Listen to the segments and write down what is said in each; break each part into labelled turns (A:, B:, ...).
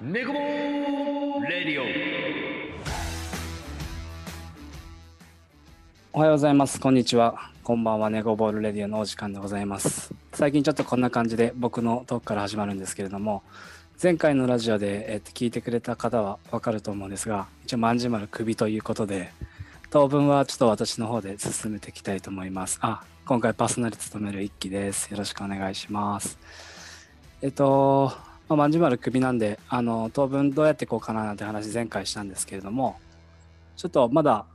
A: ネコボーレディオ
B: おはようございます。こんにちは。こんばんは。ネゴボールレディオのお時間でございます。最近ちょっとこんな感じで僕のトークから始まるんですけれども、前回のラジオで、えっと、聞いてくれた方はわかると思うんですが、一応まんじまる首ということで、当分はちょっと私の方で進めていきたいと思います。あ、今回パーソナリティ務める一期です。よろしくお願いします。えっと、まあまんじまる首なんで、あの、当分どうやっていこうかななんて話前回したんですけれども、ちょっとまだ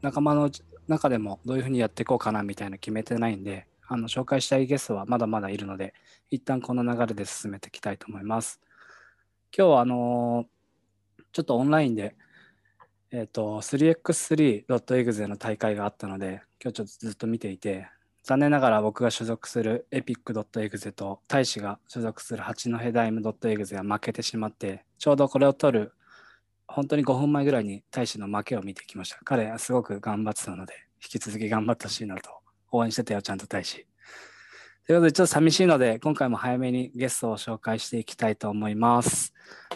B: 仲間のうち中でもどういうふうにやっていこうかなみたいな決めてないんで、あの紹介したいゲストはまだまだいるので、一旦この流れで進めていきたいと思います。今日はあのーちょっとオンラインで、えっ、と、3x3.exe の大会があったので、今日ちょっとずっと見ていて、残念ながら僕が所属する epic.exe と大使が所属する八戸ダイム .exe は負けてしまって、ちょうどこれを取る本当に5分前ぐらいに大使の負けを見てきました。彼はすごく頑張ってたので、引き続き頑張ってほしいなと、応援してたよ、ちゃんと大使。ということで、ちょっと寂しいので、今回も早めにゲストを紹介していきたいと思います。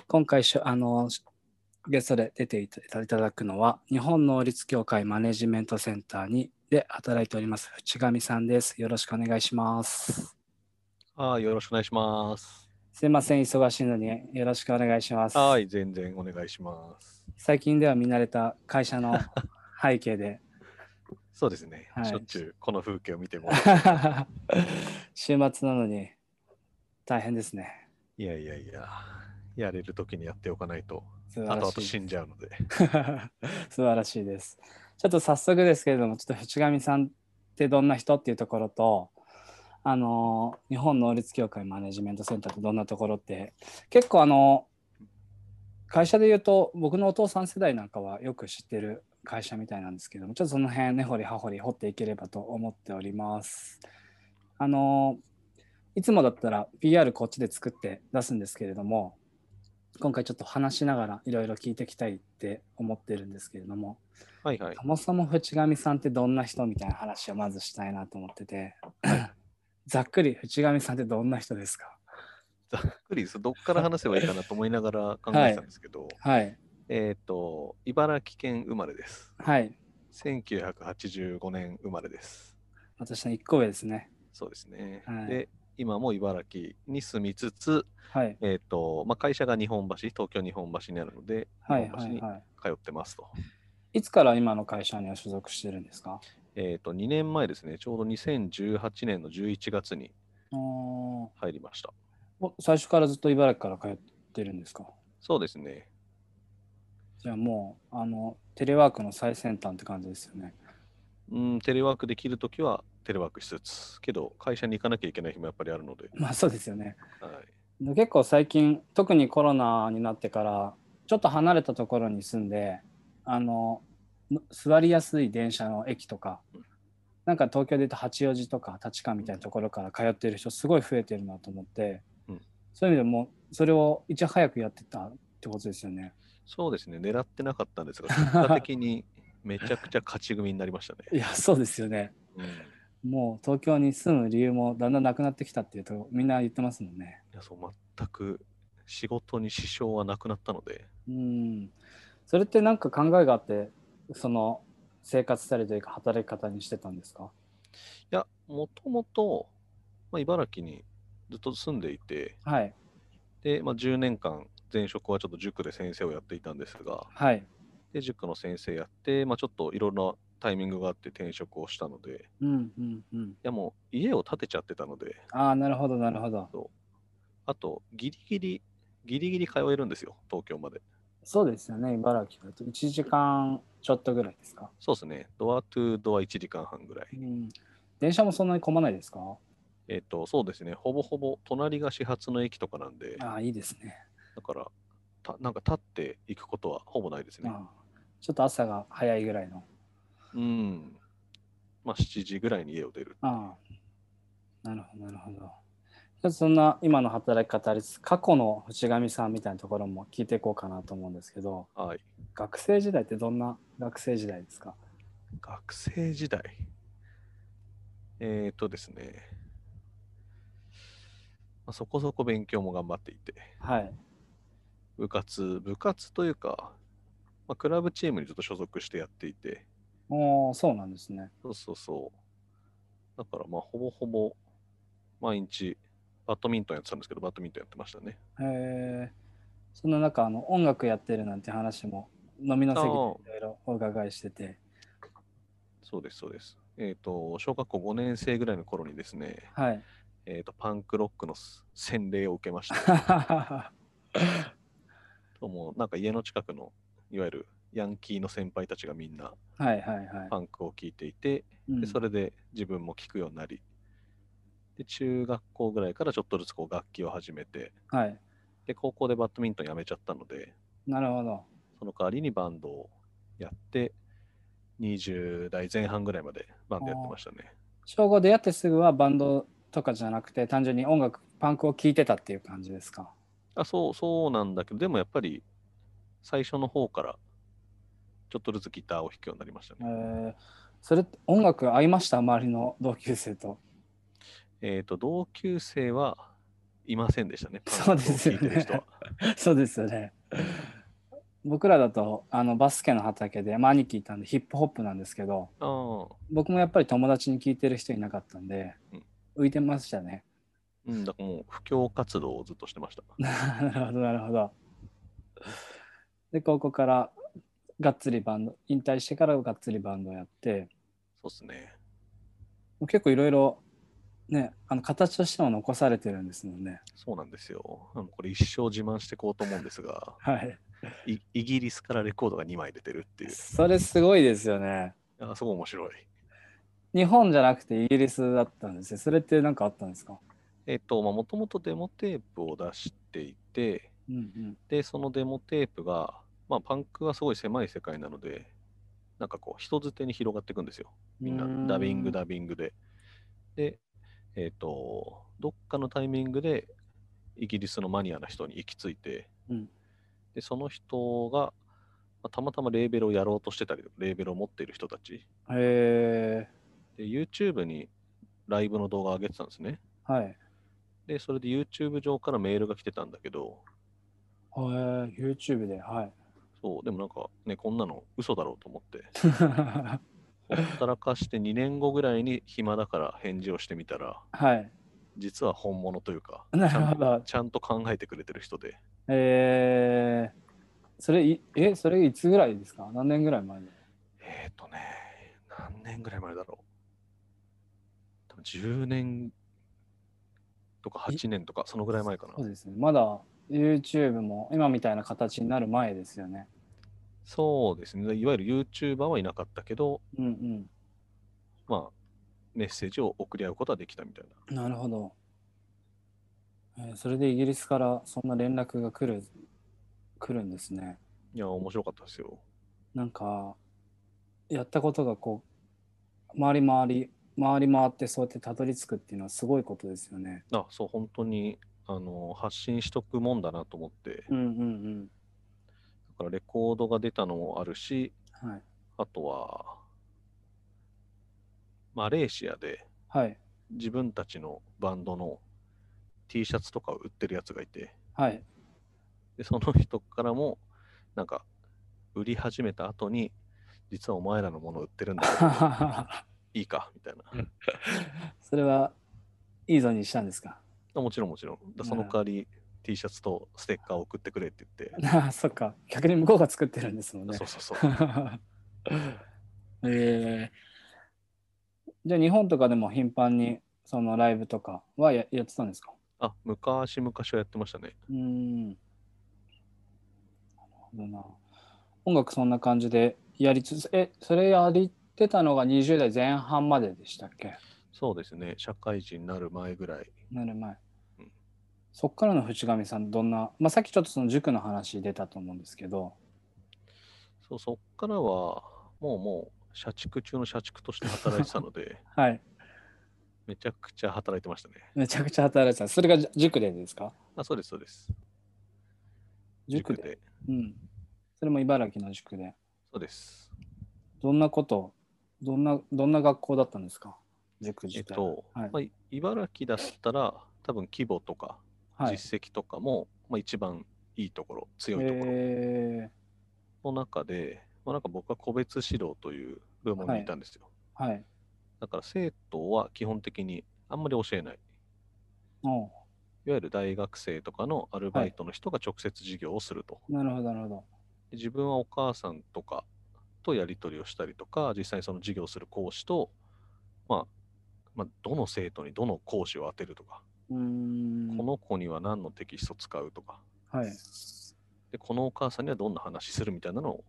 B: 今回しょあの、ゲストで出ていたいただくのは、日本能率協会マネジメントセンターにで働いております、淵上さんです。よろしくお願いします。
C: ああ、よろしくお願いします。
B: すいません、忙しいのによろしくお願いします。
C: はい、全然お願いします。
B: 最近では見慣れた会社の背景で、
C: そうですね。
B: はい
C: しょっちゅうこの風景を見ても。
B: 週末なのに大変ですね。
C: いやいやいや、やれる時にやっておかないと、
B: 素
C: あ
B: 晴
C: と
B: ら
C: あと
B: し
C: 死
B: い。
C: んじゃうので。
B: 素晴らしいです。ちょっと早速ですけれども、ちょっと淵上さんってどんな人っていうところと、あの日本能率協会マネジメントセンターってどんなところって結構あの会社で言うと僕のお父さん世代なんかはよく知ってる会社みたいなんですけどもちょっとその辺根掘り葉掘り掘っていければと思っております。あのいつもだったら PR こっちで作って出すんですけれども今回ちょっと話しながらいろいろ聞いていきたいって思ってるんですけれども
C: はいはい。
B: そもそも淵上さんってどんな人みたいな話をまずしたいなと思ってて ざっくり淵上さんってどんな人ですか
C: ざっくりです。どっから話せばいいかなと思いながら考えてたんですけど、
B: はい
C: えっ、と、茨城県生まれです。
B: はい
C: 1985年生まれです。
B: 私の1個上ですね
C: そうですね。
B: はい
C: で、今も茨城に住みつつ、
B: はい
C: えっ、と、まあ、会社が日本橋、東京日本橋にあるので、
B: はい
C: 日本
B: は
C: 橋
B: い
C: に
B: はい
C: 通ってますと。
B: いつから今の会社には所属してるんですか
C: えっ、と、2年前ですね、ちょうど2018年の11月に
B: おー
C: 入りました。
B: お最初からずっと茨城から通ってるんですか
C: そうですね。
B: じゃあもうあのテレワークの最先端って感じですよね
C: うん、テレワークできるときはテレワークしつつ、けど会社に行かなきゃいけない日もやっぱりあるので、
B: まあそうですよね
C: はい、
B: で結構最近特にコロナになってからちょっと離れたところに住んであのの座りやすい電車の駅とか
C: うん
B: なんか東京で言うと八王子とか立川みたいなところから通ってる人すごい増えてるなと思って、
C: うん
B: そういう意味でもうそれをいち早くやってたってことですよね。
C: そうですね、狙ってなかったんですが、結果的にめちゃくちゃ勝ち組になりました
B: い
C: ね。
B: やそうですよね。
C: うん、い
B: もう東京に住む理由もだんだんなくなってきたっていうとみんな言ってますもんね。
C: やそう全く仕事に支障はなくなったので、
B: うん、それってなんか考えがあってその生活したりというか働き方にしてたんですか
C: いや、もともと、まあ、茨城にずっと住んでいて、
B: はい
C: で、まあ、10年間、前職はちょっと塾で先生をやっていたんですが、
B: はい
C: で、塾の先生やって、まあ、ちょっといろんなタイミングがあって転職をしたので、
B: うんうんうん
C: いやもう家を建てちゃってたので、
B: ああなるほどなるほど
C: あと、ギリギリ、ギリギリ通えるんですよ、東京まで。
B: そうですよね茨城だと1時間ちょっとぐらいですか、
C: そうですね、ドアトゥドア1時間半ぐらい。
B: うん、電車もそんなに混まないですか
C: えっ、と、そうですね、ほぼほぼ隣が始発の駅とかなんで、だ
B: ああいいですね
C: から、たなんか立っていくことはほぼないですね。
B: ああちょっと朝が早いぐらいの
C: うん。まあ、7時ぐらいに家を出る。
B: ああなるほどなるほどちょっとそんな今の働き方です過去の淵上さんみたいなところも聞いていこうかなと思うんですけど
C: はい。
B: 学生時代ってどんな学生時代ですか
C: 学生時代。えっ、とですね、まあ、そこそこ勉強も頑張っていて、
B: はい
C: 部活、部活というか、まあ、クラブチームにちょっと所属してやっていて、
B: おーそうなんですね。
C: そうそうそう。だからまあほぼほぼ毎日バドミントンやってたんですけど、バドミントンやってましたね。
B: へえ。そんな中、あの音楽やってるなんて話も飲みの席でいろいろお伺いしてて、
C: そうです、そうです。えっ、と、小学校5年生ぐらいの頃にですね、
B: はい。
C: えっ、と、パンクロックの洗礼を受けました。
B: は
C: もうなんか家の近くの、いわゆるヤンキーの先輩たちがみんない
B: はいはい。
C: パンクを聴いていて、
B: うん
C: でそれで自分も聴くようになり、で中学校ぐらいからちょっとずつこう楽器を始めて、
B: はい。
C: で高校でバドミントンやめちゃったので、
B: なるほど。
C: その代わりにバンドをやって、20代前半ぐらいまでバンドやってましたね。
B: 小5出会ってすぐはバンドとかじゃなくて、単純に音楽、パンクを聴いてたっていう感じですか。
C: あそう、そうなんだけど、でもやっぱり最初の方からちょっとずつギターを弾くようになりました
B: え
C: ね。
B: ー、それって音楽合いました周りの同級生と。
C: えっ、と、同級生はいませんでしたね。
B: そうですよね
C: パンクを弾いてる人 は。
B: そうですよね。僕らだとあのバスケの畑で、まあ、兄貴いたんでヒップホップなんですけど
C: ああ、
B: 僕もやっぱり友達に聞いてる人いなかったんで浮いてましたね。
C: うん、だからもう布教活動をずっとしてました。
B: なるほどなるほど。で高校からがっつりバンド引退してからがっつりバンドやって
C: そうですね。
B: もう結構いろいろねあの形としても残されてるんですもんね。、
C: そうなんですよ。あのこれ一生自慢していこうと思うんですが
B: はい。
C: いイギリスからレコードが2枚出てるっていう。
B: それすごいですよね。
C: あすごい面白い。
B: 日本じゃなくてイギリスだったんですよ。それって何かあったんですか
C: えっ、と、もともとデモテープを出していて、
B: うんうん。
C: で、そのデモテープが、まあ、パンクはすごい狭い世界なので、なんかこう、人づてに広がっていくんですよ。みんな、ダビング、ダビングで。で、えっ、と、どっかのタイミングで、イギリスのマニアな人に行き着いて、
B: うん
C: で、その人が、まあたまたまレーベルをやろうとしてたり、レーベルを持っている人たち、
B: へえ
C: で、YouTube にライブの動画を上げてたんですね。
B: はい。へえ
C: で、それで YouTube 上からメールが来てたんだけど、
B: YouTube で、はい。
C: そう、でもなんかね、こんなの嘘だろうと思って、ほったらかして2年後ぐらいに暇だから返事をしてみたら、
B: はい。
C: 実は本物というか、ち
B: なる
C: ゃ
B: ほ
C: んと
B: ど。
C: ちゃんと考えてくれてる人で、
B: えー、それい、え、それいつぐらいですか何年ぐらい前
C: えっ、とね、何年ぐらい前だろう。多分10年とか8年とか、そのぐらい前かな
B: そ。うですね。まだ YouTube も今みたいな形になる前ですよね。
C: そうですね、いわゆる YouTuber はいなかったけど、
B: うん
C: まあ、メッセージを送り合うことはできたみたいな。
B: うん。なるほど。えーそれでイギリスからそんな連絡が来る、来るんですね。
C: いや、面白かったですよ。
B: なんかやったことがこう回り回り回り回ってそうやってたどり着くっていうのはすごいことですよね。
C: あ、そう、本当に、あの、発信しとくもんだなと思って、
B: うんうん
C: だからレコードが出たのもあるし、
B: うん。はい。
C: あとは、マレーシアで
B: はい。
C: 自分たちのバンドの T シャツとかを売ってるやつがいて、
B: はい。
C: でその人からも、なんか、売り始めた後に、実はお前らのものを売ってるんだけ ど、いいかみたいな。
B: それはいいぞにしたんですか。
C: あもちろんもちろん。だその代わり T シャツとステッカーを送ってくれって言って。
B: あそっか。逆に向こうが作ってるんですもんね
C: そ。うそう そう。
B: えーじゃあ日本とかでも頻繁にそのライブとかはややってたんですか
C: あ、昔々はやってましたね。
B: うーん。なるほどな。音楽そんな感じでやりつつ、え、それやりてたのが20代前半まででしたっけ
C: そうですね。社会人になる前ぐらい。
B: なる前
C: うん。
B: そっからの淵上さん、どんな、まあ、さっきちょっとその塾の話出たと思うんですけど、
C: そう、そっからは、もうもう、社畜中の社畜として働いてたの で、
B: はい。
C: めちゃくちゃ働いてましたね。
B: めちゃくちゃ働いてた。それがじ塾でですか
C: あ、そうです、そうです。
B: 塾で。うん。それも茨城の塾で。
C: そうです。
B: どんなこと、どんな、どんな学校だったんですか
C: え
B: 塾
C: っ
B: 自体。
C: と、
B: はい
C: まあ、茨城だったら、多分規模とか
B: はい。
C: 実績とかも、まあ、一番いいところ、強いところ
B: え
C: の中で、まあ、なんか僕は個別指導という部門にいたんですよ。
B: ー、はい。
C: だから生徒は基本的にあんまり教えない。い
B: おう
C: わゆる大学生とかのアルバイトの人が直接授業をすると。
B: なるほど、なるほど。
C: で自分はお母さんとかとやり取りをしたりとか、実際にその授業をする講師と、まあ、まあ、どの生徒にどの講師を当てるとか、
B: うーん。
C: この子には何のテキスト使うとか、
B: はい。
C: で、このお母さんにはどんな話するみたいなのを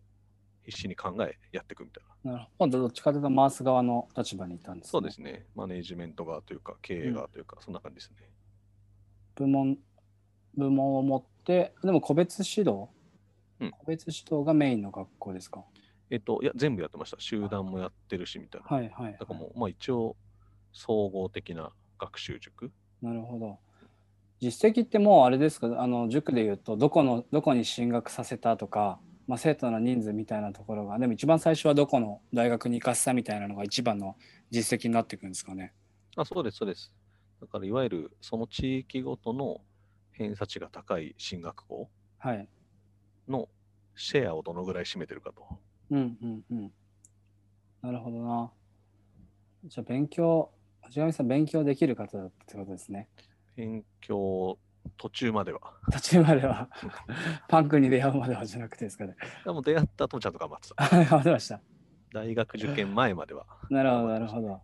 C: 必死に考えやっていくみたいな。
B: なるほど。どっちかというと回す側の立場にいたんです、ね。
C: そうですね。マネージメント側というか、経営側というか、そんな感じですね。
B: 部門部門を持ってでも個別指導、
C: うん
B: 個別指導がメインの学校ですか
C: えっと、いや、全部やってました。集団もやってるし、みたいな。
B: はいはい、はい
C: だからもう、まあ一応、総合的な学習塾。
B: なるほど実績ってもうあれですかあの塾でいうとどこのどこに進学させたとか、まあ、生徒の人数みたいなところがでも一番最初はどこの大学に行かせたみたいなのが一番の実績になっていくんですかね
C: あ、そうです、そうです。だから、いわゆる、その地域ごとの偏差値が高い進学校
B: はい
C: のシェアをどのぐらい占めてるかと。
B: うんうんうんなるほどなじゃあ勉強藤上さん勉強できる方だったってことですね
C: 勉強途中までは。
B: 途中まではパンクに出会うまではじゃなくてですかね。
C: でも出会った後もちゃんと頑張ってた。
B: はい、わかりました。
C: 大学受験前まで は。
B: なるほど、なるほど。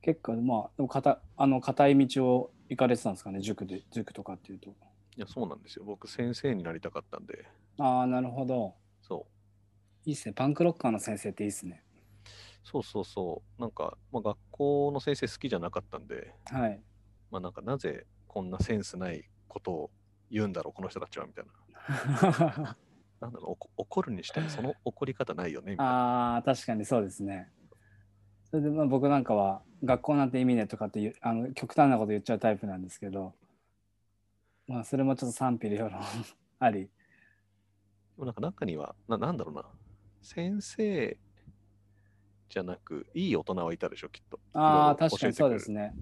B: 結構、まあ、でも、かた、あの、硬い道を行かれてたんですかね、塾で、塾とかっていうと。
C: いや、そうなんですよ。僕、先生になりたかったんで、
B: ああ、なるほど。
C: そう。
B: いいっすね。パンクロッカーの先生っていいっすね。
C: そうそうそう。なんか、まあ、学校の先生好きじゃなかったんで、
B: はい。
C: まあ、なんかなぜこんなセンスないことを言うんだろう、この人たちはみたいな。なんだろう、おこ怒るにしてもその怒り方ないよねみたいな。
B: ああ、確かにそうですね。それで、まあ、僕なんかは、学校なんて意味ねとかっていう、あの、極端なこと言っちゃうタイプなんですけど、まあ、それもちょっと賛否両論 あり。
C: でもなんか中にはな、なんだろうな、先生じゃなく、いい大人はいたでしょ、きっと。
B: ああ、
C: いろいろ教
B: 確か
C: え
B: に
C: てく
B: そう
C: れ
B: で
C: る
B: すね。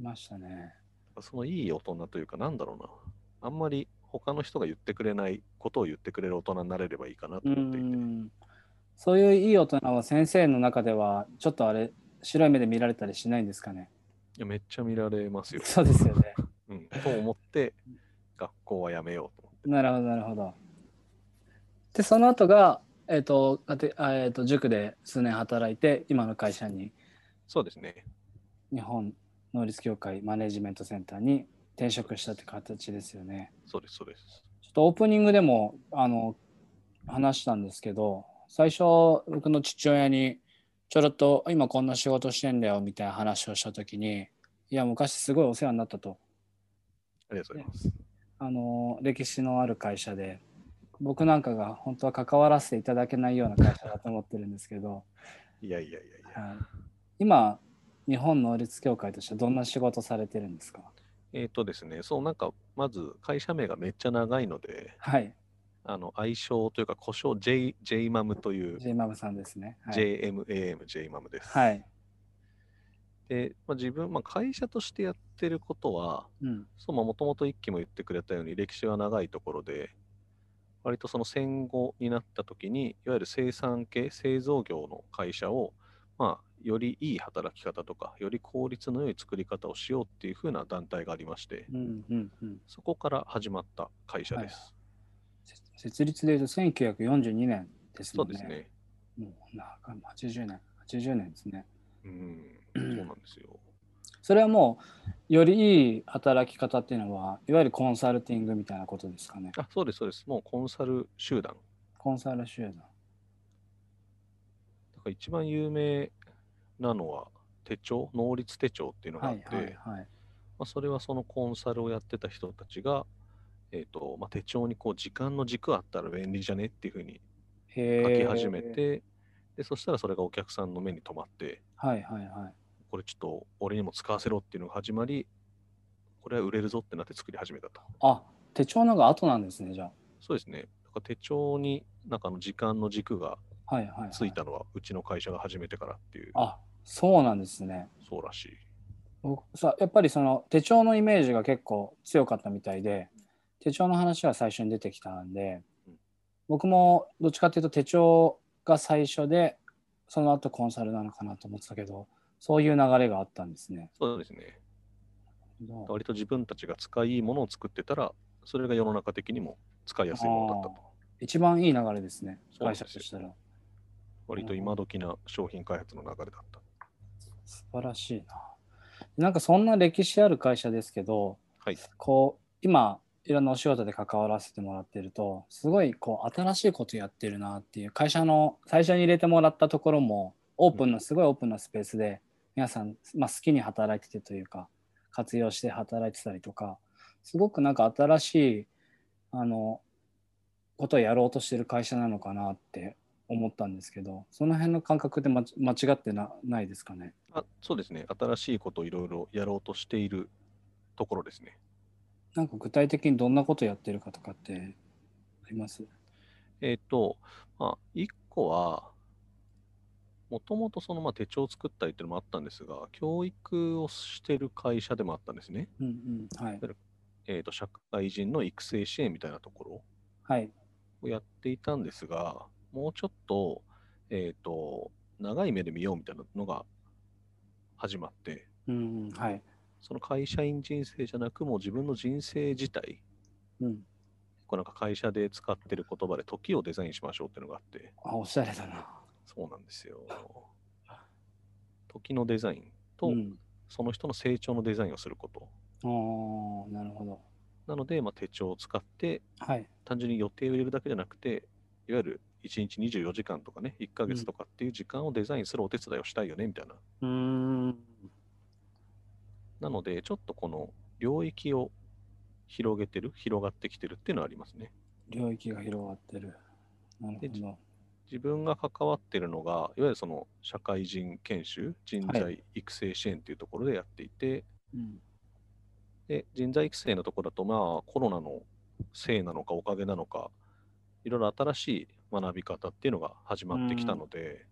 B: いましたね。
C: そのいい大人というか、なんだろうな、あんまり他の人が言ってくれないことを言ってくれる大人になれればいいかなと
B: う
C: 思っていて。
B: ん。そういういい大人は先生の中では、ちょっとあれ、白い目で見られたりしないんですかね。
C: いやめっちゃ見られますよ。
B: そうですよね。
C: うん、と思って、学校はやめようと思って。
B: なるほど、なるほど。で、その後が、えっ、と、あてあえっと塾で数年働いて、今の会社に、
C: そうですね。
B: 日本能率協会マネジメントセンターに転職したって形ですよね。
C: そうです、そうです。
B: ちょっとオープニングでもあの話したんですけど最初僕の父親にちょろっと今こんな仕事してんだよみたいな話をした時にいや昔すごいお世話になったと
C: ありがとうございます。
B: あの歴史のある会社で僕なんかが本当は関わらせていただけないような会社だと思ってるんですけど、
C: いやいやいやいや。
B: はい今日本能率協会としてどんな仕事されてるんですか
C: えっ、とですね、そう、なんか、まず会社名がめっちゃ長いので、
B: はい
C: あの愛称というか、故障 J、JMAM という、
B: J マムさんですねはい、
C: JMAM、JMAM です。
B: はい
C: で、まあ、自分、まあ、会社としてやってることは、
B: うん、
C: そう、まあ、もともと一期も言ってくれたように、歴史が長いところで、割とその戦後になった時に、いわゆる生産系、製造業の会社を、まあ、よりいい働き方とか、より効率の良い作り方をしようっていう風な団体がありまして、
B: うんうんうん
C: そこから始まった会社です。
B: 設設立でいうと1942年です
C: そ
B: も
C: うんで
B: ね。
C: すね。
B: もうなんか80年、80年ですね。
C: うん、そうなんですよ。
B: それはもう、よりいい働き方っていうのは、いわゆるコンサルティングみたいなことですかね。
C: あ、そうです、そうです。もうコンサル集団。
B: コンサル集団。
C: だから一番有名なのは手帳、能率手帳っていうのが
B: は
C: あっ
B: い
C: て、
B: はいはい。
C: まあ、それはそのコンサルをやってた人たちが、えーとまあ、手帳にこう時間の軸あったら便利じゃねっていうふうに
B: へ
C: 書
B: ー
C: き始めて、でそしたらそれがお客さんの目に留まって、
B: はいはいはい。
C: これちょっと俺にも使わせろっていうのが始まり、これは売れるぞってなって作り始めたと。
B: あ手帳なんか後なんですね、じゃ
C: そうですね。だから手帳になんかあの時間の軸が
B: あ。はいはい、はい。
C: ついたのはうちの会社が始めてからっていう、
B: あそうなんですね。
C: そうらしい。
B: 僕さやっぱりその手帳のイメージが結構強かったみたいで手帳の話は最初に出てきたんで
C: うん
B: 僕もどっちかっていうと手帳が最初でその後コンサルなのかなと思ってたけどそういう流れがあったんですね。
C: そうですね。割と自分たちが使いいいものを作ってたら、それが世の中的にも使いやすいものだったと。
B: 一番いい流れですね
C: そうなん
B: 会
C: です
B: 社
C: よ
B: としたら
C: 割と今時な商品開発の流れだった。
B: 素晴らしいな。なんかそんな歴史ある会社ですけど
C: はい。
B: こう今いろんなお仕事で関わらせてもらってるとすごいこう新しいことやってるなっていう会社の最初に入れてもらったところもオープンのすごいオープンなスペースで皆さん、まあ、好きに働いててというか活用して働いてたりとかすごくなんか新しいあのことをやろうとしてる会社なのかなって思ったんですけどその辺の感覚で間間違ってなないですかね。
C: あそうですね。新しいことをいろいろやろうとしているところですね。
B: なんか具体的にどんなことやってるかとかってあります
C: えっ、と、まあ、1個は、もともとそのまあ手帳を作ったりっていうのもあったんですが、教育をしてる会社でもあったんですね。
B: うんうんはい
C: えっ、と、社会人の育成支援みたいなところ
B: はい。
C: をやっていたんですが、もうちょっと、えっ、と、長い目で見ようみたいなのが始まって、
B: うんうん、はい。
C: その会社員人生じゃなく、もう自分の人生自体、
B: うん。
C: こうなんか会社で使ってる言葉で時をデザインしましょうっていうのがあって、
B: あ、おしゃれだな。
C: そうなんですよ。時のデザインと、
B: うん。
C: その人の成長のデザインをすること。
B: ああ、なるほど。
C: なので、まあ、手帳を使って、
B: はい。
C: 単純に予定を入れるだけじゃなくて、いわゆる1日24時間とかね、1ヶ月とかっていう時間をデザインするお手伝いをしたいよね、みたいな。
B: うーん。
C: なので、ちょっとこの領域を広げてる、広がってきてるっていうのはありますね。
B: 領域が広がってる。なるほ
C: でじ
B: ど。
C: 自分が関わってるのが、いわゆるその社会人研修、人
B: は
C: 材育成支援っていうところでやっていて、
B: うん。
C: で人材育成のところだと、まあ、コロナのせいなのかおかげなのかいろいろ新しい学び方っていうのが始まってきたので、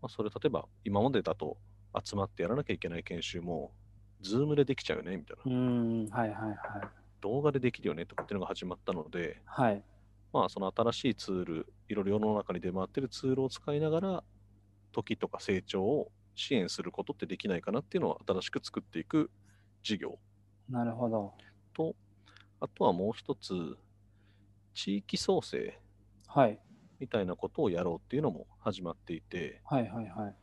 C: まあ、それ例えば今までだと集まってやらなきゃいけない研修も Zoom でできちゃうよねみたいな、
B: うーん。はいはいはい。
C: 動画でできるよねとかっていうのが始まったので、
B: はい。
C: まあ、その新しいツールいろいろ世の中に出回ってるツールを使いながら時とか成長を支援することってできないかなっていうのを新しく作っていく事業
B: なるほど。
C: と、あとはもう一つ、地域創生
B: はい。
C: みたいなことをやろうっていうのも始まっていて、
B: はいはいはい。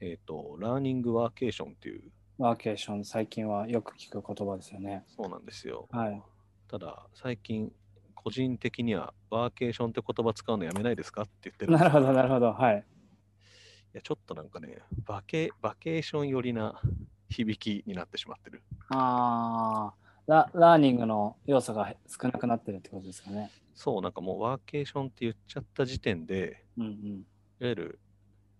C: えっ、と、ラーニングワーケーションっていう、
B: ワーケーション、最近はよく聞く言葉ですよね。
C: そうなんですよ。
B: はい。
C: ただ、最近、個人的にはワーケーションって言葉使うのやめないですかって言ってるんです
B: な
C: よ
B: るほど、なるほど。はい。
C: いや、ちょっとなんかね、バケ、バケーション寄りな響きになってしまってる。
B: ああ、ララーニングの要素が少なくなってるってことですかね。
C: そう、なんかもうワーケーションって言っちゃった時点で、
B: うん
C: いわゆる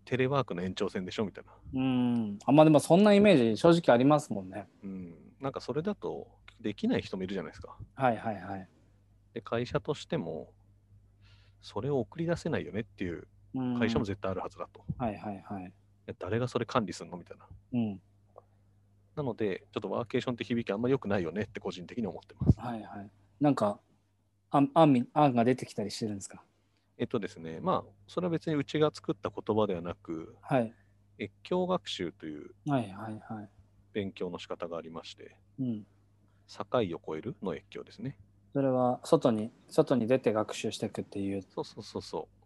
C: テレワークの延長線でしょみたいな。
B: うん。うん。あ、まあでもそんなイメージ正直ありますもんね。
C: うん、なんかそれだとできない人もいるじゃないですか。
B: はいはいはい。
C: で、会社としても、それを送り出せないよねっていう
B: うん
C: 会社も絶対あるはずだと。い
B: はいはいはい。
C: や誰がそれ管理するのみたいな。
B: うん。
C: なので、ちょっとワーケーションって響きあんま良くないよねって個人的に思ってます。
B: はいはい。なんか、案案み案が出てきたりしてるんですか
C: えっとですね、まあ、それは別にうちが作った言葉ではなく、
B: はい。
C: 越境学習という
B: はいはいは
C: 勉強の仕方がありまして、
B: い。うん。
C: 境を越えるの越境ですね。
B: それは外に、外に出て学習していくっていう。
C: そうそうそうそう。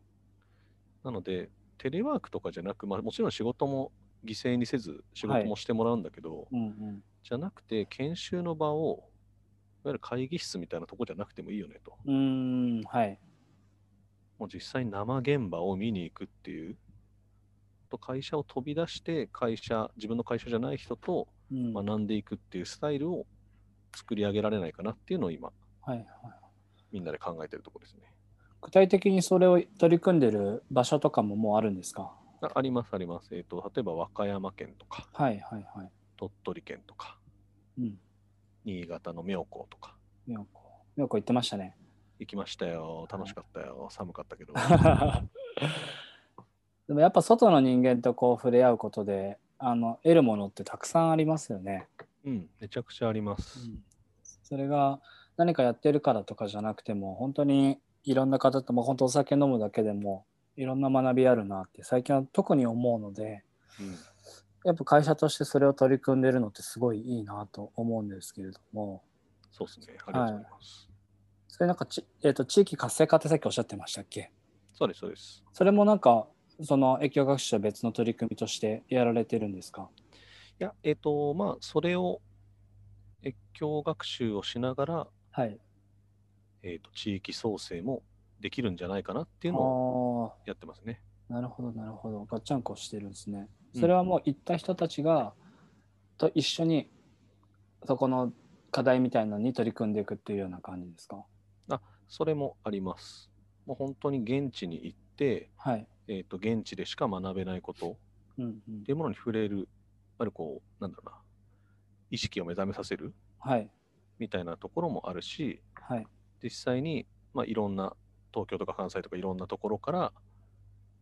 C: なので、テレワークとかじゃなく、まあ、もちろん仕事も犠牲にせず、仕事もしてもらうんだけど、
B: うんうん。
C: じゃなくて、研修の場を、いわゆる会議室みたいなとこじゃなくてもいいよねと。
B: うーん、はい。
C: もう実際に生現場を見に行くっていう。と会社を飛び出して、会社、自分の会社じゃない人と
B: うん、はい
C: 学んでいくっていうスタイルを作り上げられないかなっていうのを今、
B: はい。
C: みんなで考えてるところですね。
B: 具体的にそれを取り組んでる場所とかももうあるんですか
C: ああります、あります。えっ、と、例えば和歌山県とか、
B: はいはいはい。
C: 鳥取県とか、
B: うん。
C: 新潟の妙高とか
B: みよこ。みよこ行ってましたね。
C: 行きましたよ楽しかったよ寒かったけど
B: でもやっぱ外の人間とこう触れ合うことで、あの、得るものってたくさんありますよね。
C: うんめちゃくちゃあります、
B: それが何かやってるからとかじゃなくても、本当にいろんな方と、もう本当お酒飲むだけでも、いろんな学びあるなって最近は特に思うので、
C: うん
B: やっぱ会社としてそれを取り組んでるのってすごいいいなと思うんですけれども、
C: そうですね。ありがとうございます。
B: それなんかち、えー、と地域活性化ってさっきおっしゃってましたっけ
C: そうです、そうです。
B: それもなんか、その影響学習は別の取り組みとしてやられてるんですか
C: いや、えっ、と、まあ、それを、越境学習をしながら、
B: はい。
C: えっ、と、地域創生もできるんじゃないかなっていう
B: あ
C: のを
B: ー
C: やってますね。
B: なるほど、なるほど。ガッチャンコしてるんですね。
C: うん
B: それはもう行った人たちが、と一緒に、そこの課題みたいなのに取り組んでいくっていうような感じですか
C: それもあります。もう本当に現地に行って、
B: はい。
C: えっ、と、現地でしか学べないこと
B: うんうん
C: っていうものに触れる、あるこう、なんだろうな、意識を目覚めさせる
B: はい。
C: みたいなところもあるし、
B: はい。
C: 実際に、まあ、いろんな東京とか関西とかいろんなところから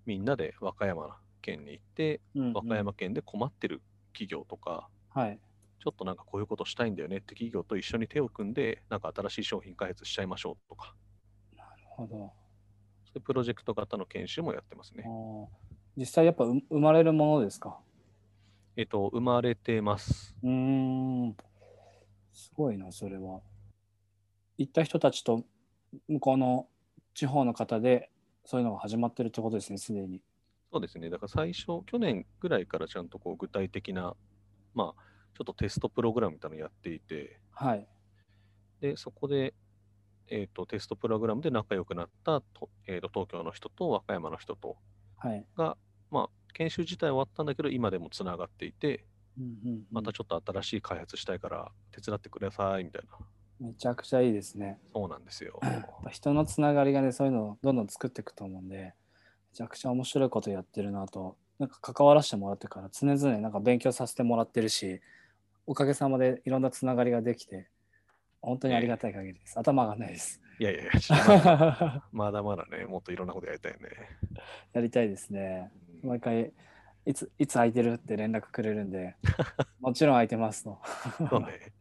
C: みんなで和歌山県に行って
B: うんうん
C: 和歌山県で困ってる企業とか、
B: はい。
C: ちょっとなんかこういうことしたいんだよねって企業と一緒に手を組んでなんか新しい商品開発しちゃいましょうとか
B: なるほど。
C: そういうプロジェクト型の研修もやってます
B: あ
C: ね。
B: ー実際やっぱう生まれるものですか
C: えっと生まれてます。
B: うーん。すごいな、それは。行った人たちと向こうの地方の方でそういうのが始まってるってことですね、すでに。
C: そうですねだから最初去年ぐらいからちゃんとこう具体的なまあちょっとテストプログラムみたいなのやっていて
B: はい。
C: で、そこで、えー、とテストプログラムで仲良くなったと、えー、と東京の人と和歌山の人と
B: はい。
C: が、まあ、研修自体終わったんだけど、今でもつながっていて、
B: うんうんうん
C: またちょっと新しい開発したいから手伝ってくださいみたいな、
B: めちゃくちゃいいですね。
C: そうなんですよ。
B: やっぱ人のつながりがね、そういうのをどんどん作っていくと思うんで、めちゃくちゃ面白いことやってるなと、なんか関わらせてもらってから常々なんか勉強させてもらってるし、おかげさまでいろんなつながりができて、本当にありがたい限りです。頭がないです。
C: いやいやいや、ちょっと まだまだまだね、もっといろんなことやりたいよね。
B: やりたいですね。
C: うん
B: 毎回、いつ、いつ空いてるって連絡くれる んで、もちろん空いてますと。
C: そうね。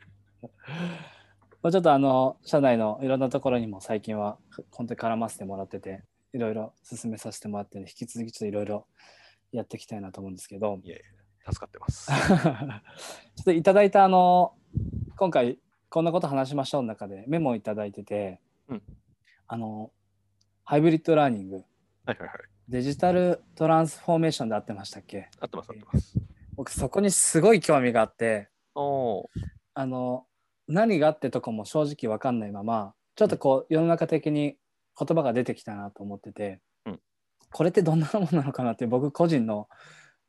B: まあ、ちょっとあの社内のいろんなところにも最近は本当に絡ませてもらってていろいろ進めさせてもらってるんで引き続きちょっといろいろやっていきたいなと思うんですけど
C: いやいや、助かってます
B: ちょ。っといただいたあの今回こんなこと話しましょうの中でメモをいただいてて、
C: うん
B: あのハイブリッドラーニング
C: はいはいはい。
B: デジタルトランスフォーメーションで合ってましたっけ
C: 合ってます、合ってます。
B: 僕そこにすごい興味があって
C: おー
B: あの何がってとこも正直わかんないままちょっとこう世の中的に言葉が出てきたなと思ってて、
C: うん
B: これってどんなものなのかなって僕個人の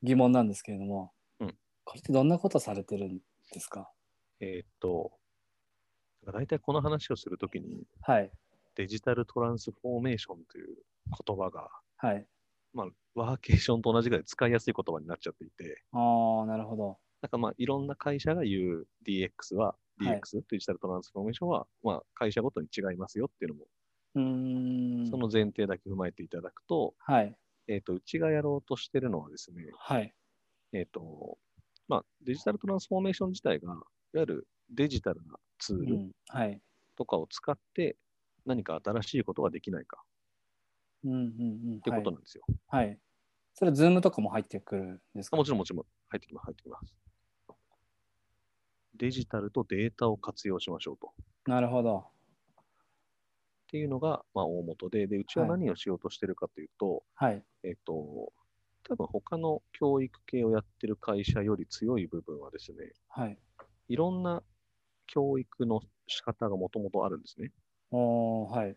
B: 疑問なんですけれども、
C: うん
B: これってどんなことされてるんですか
C: えーっと、だいたいこの話をするときに、
B: はい
C: デジタルトランスフォーメーションという言葉が、
B: はい
C: まあ、ワーケーションと同じぐらい使いやすい言葉になっちゃっていて、
B: ああなるほど
C: なんかまあ、いろんな会社が言う DX は、
B: い
C: DX、デジタルトランスフォーメーションは、まあ、会社ごとに違いますよっていうのも、
B: うーん
C: その前提だけ踏まえていただくと、
B: はい
C: えっ、と、うちがやろうとしてるのはですね、
B: はい
C: えっ、と、まあ、デジタルトランスフォーメーション自体が、いわゆるデジタルなツー
B: う
C: ル
B: んはい
C: とかを使って、何か新しいことができないか
B: うんうん
C: って
B: うん
C: こ
B: はい
C: となんですよ。
B: はいそれズームとかも入ってくるんです
C: あ
B: か
C: もちろん、もちろん、入ってきます、入ってきます。デジタルとデータを活用しましょうと。っ
B: なるほど
C: ていうのが、まあ、大元で、で、うちは
B: はい
C: 何をしようとしてるかというと、
B: はい
C: えっと、多分他の教育系をやってる会社より強い部分はですね、
B: はい
C: いろんな教育の仕方がもともとあるんですね。
B: おーはい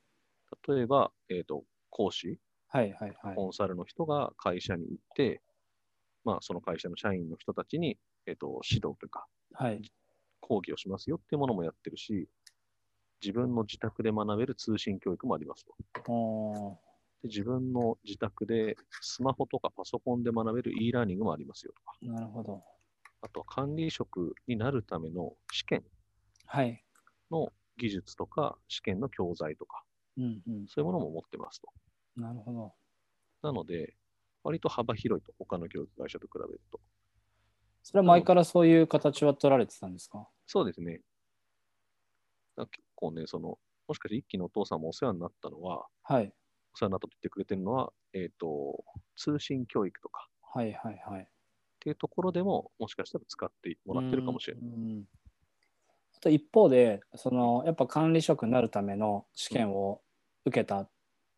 C: 例えば、えっと、講師、
B: はいはいはい
C: コンサルの人が会社に行って、まあ、その会社の社員の人たちに、えっと、指導というか、
B: はい
C: 講義をしますよっていうものもやってるし、自分の自宅で学べる通信教育もありますと。
B: おー
C: で自分の自宅でスマホとかパソコンで学べる e ラーニングもありますよとか、
B: なるほど。
C: あとは管理職になるための試験
B: はい。
C: の技術とか、試験の教材とか、
B: うんうん。
C: そういうものも持ってますと。
B: なるほど。
C: なので、割と幅広いと、他の教育会社と比べると。
B: それは前からそういう形は取られてたんですか
C: そうですね。だ構ね、その、もしかして一期のお父さんもお世話になったのは、
B: はい。
C: お世話になったと言ってくれてるのは、えっ、と、通信教育とかっ
B: はいはいはい。
C: ていうところでも、もしかしたら使ってもらってるかもしれない。
B: うんうんあと一方でそのやっぱ管理職になるための試験を受けた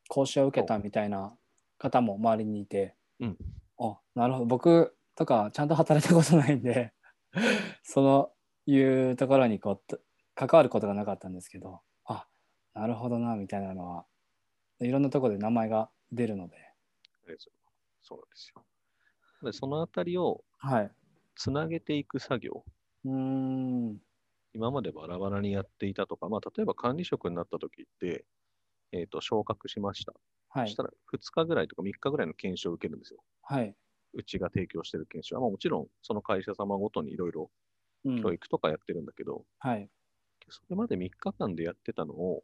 B: 講習を受けたみたいな方も周りにいて、
C: うん
B: あなるほど僕とかちゃんと働いたことないんで そのいうところにこうと関わることがなかったんですけどあなるほどなみたいなのはいろんなところで名前が出るので、
C: あれですよそうなんですよ。でそのあたりを
B: はい、
C: つなげていく作業、
B: うーん
C: 今までバラバラにやっていたとか、まあ、例えば管理職になった時って、えっ、と、昇格しました。
B: は
C: そし
B: い
C: たら2日ぐらいとか3日ぐらいの研修を受けるんですよ。
B: はい、
C: うちが提供してる研修は、まあ、もちろんその会社様ごとにいろいろ
B: うん
C: 教育とかやってるんだけど、
B: はい
C: それまで3日間でやってたのを、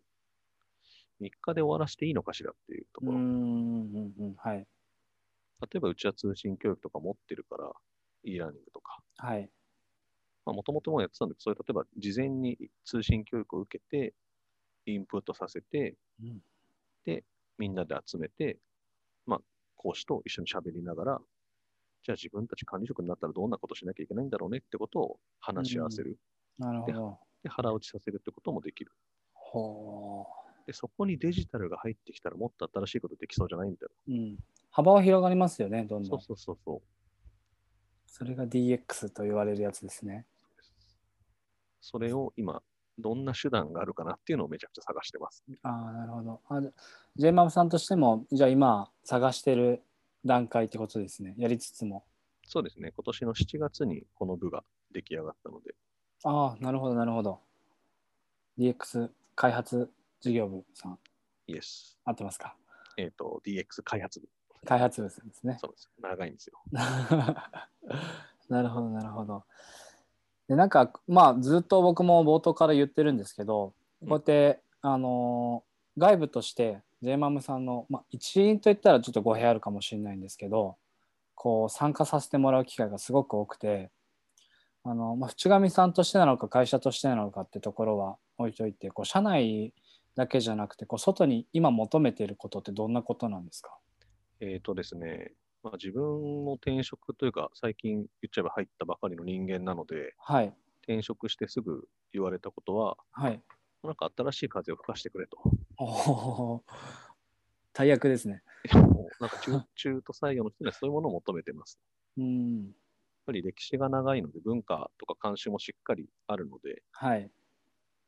C: 3日で終わらせていいのかしらっていうと
B: うー
C: ころ。
B: んうんうんはい
C: 例えばうちは通信教育とか持ってるから、e ラーニングとか、
B: はい
C: もともともやってたんだけど、それ例えば事前に通信教育を受けて、インプットさせて、
B: うん
C: みんなで集めて、まあ、講師と一緒に喋りながら、じゃあ自分たち管理職になったらどんなことしなきゃいけないんだろうねってことを話し合わせる。
B: なるほど。
C: で、腹落ちさせるってこともできる。
B: ほ。
C: で、そこにデジタルが入ってきたらもっと新しいことできそうじゃないみたいう
B: うん。幅は広がりますよね、どん
C: な。そ
B: どん
C: う。そうそうそう。
B: それが DX と言われるやつですね。
C: それを今、どんな手段があるかなっていうのをめちゃくちゃ探してます。
B: ああ、なるほど。あじゃ j m a さんとしても、じゃあ今、探してる段階ってことですね。やりつつも。
C: そうですね。今年の7月にこの部が出来上がったので、
B: ああ、なるほど、なるほど。DX 開発事業部さん、
C: イエス。
B: 合ってますか
C: えっ、と、DX 開発部。
B: 開発部さんですね。
C: そうなんですよ。長いんですよ。
B: なるほどなるほど。でなんかまあずっと僕も冒頭から言ってるんですけどこうやって、あのー外部として j マムさんの、まあ、一員といったらちょっと語弊あるかもしれないんですけどこう参加させてもらう機会がすごく多くてあの、まあ、淵上さんとしてなのか会社としてなのかってところは置いといてこう社内だけじゃなくてこう外に今求めていることってどんなことなんですか
C: えっ、とですね、まあ、自分も転職というか、最近言っちゃえば入ったばかりの人間なので、
B: はい
C: 転職してすぐ言われたことは、
B: はい
C: なんか新しい風を吹かしてくれと。
B: おお、大役ですね。
C: もうなんか中中途採用の人にはそういうものを求めてます。
B: うん、
C: やっぱり歴史が長いので、文化とか慣習もしっかりあるので、
B: はい。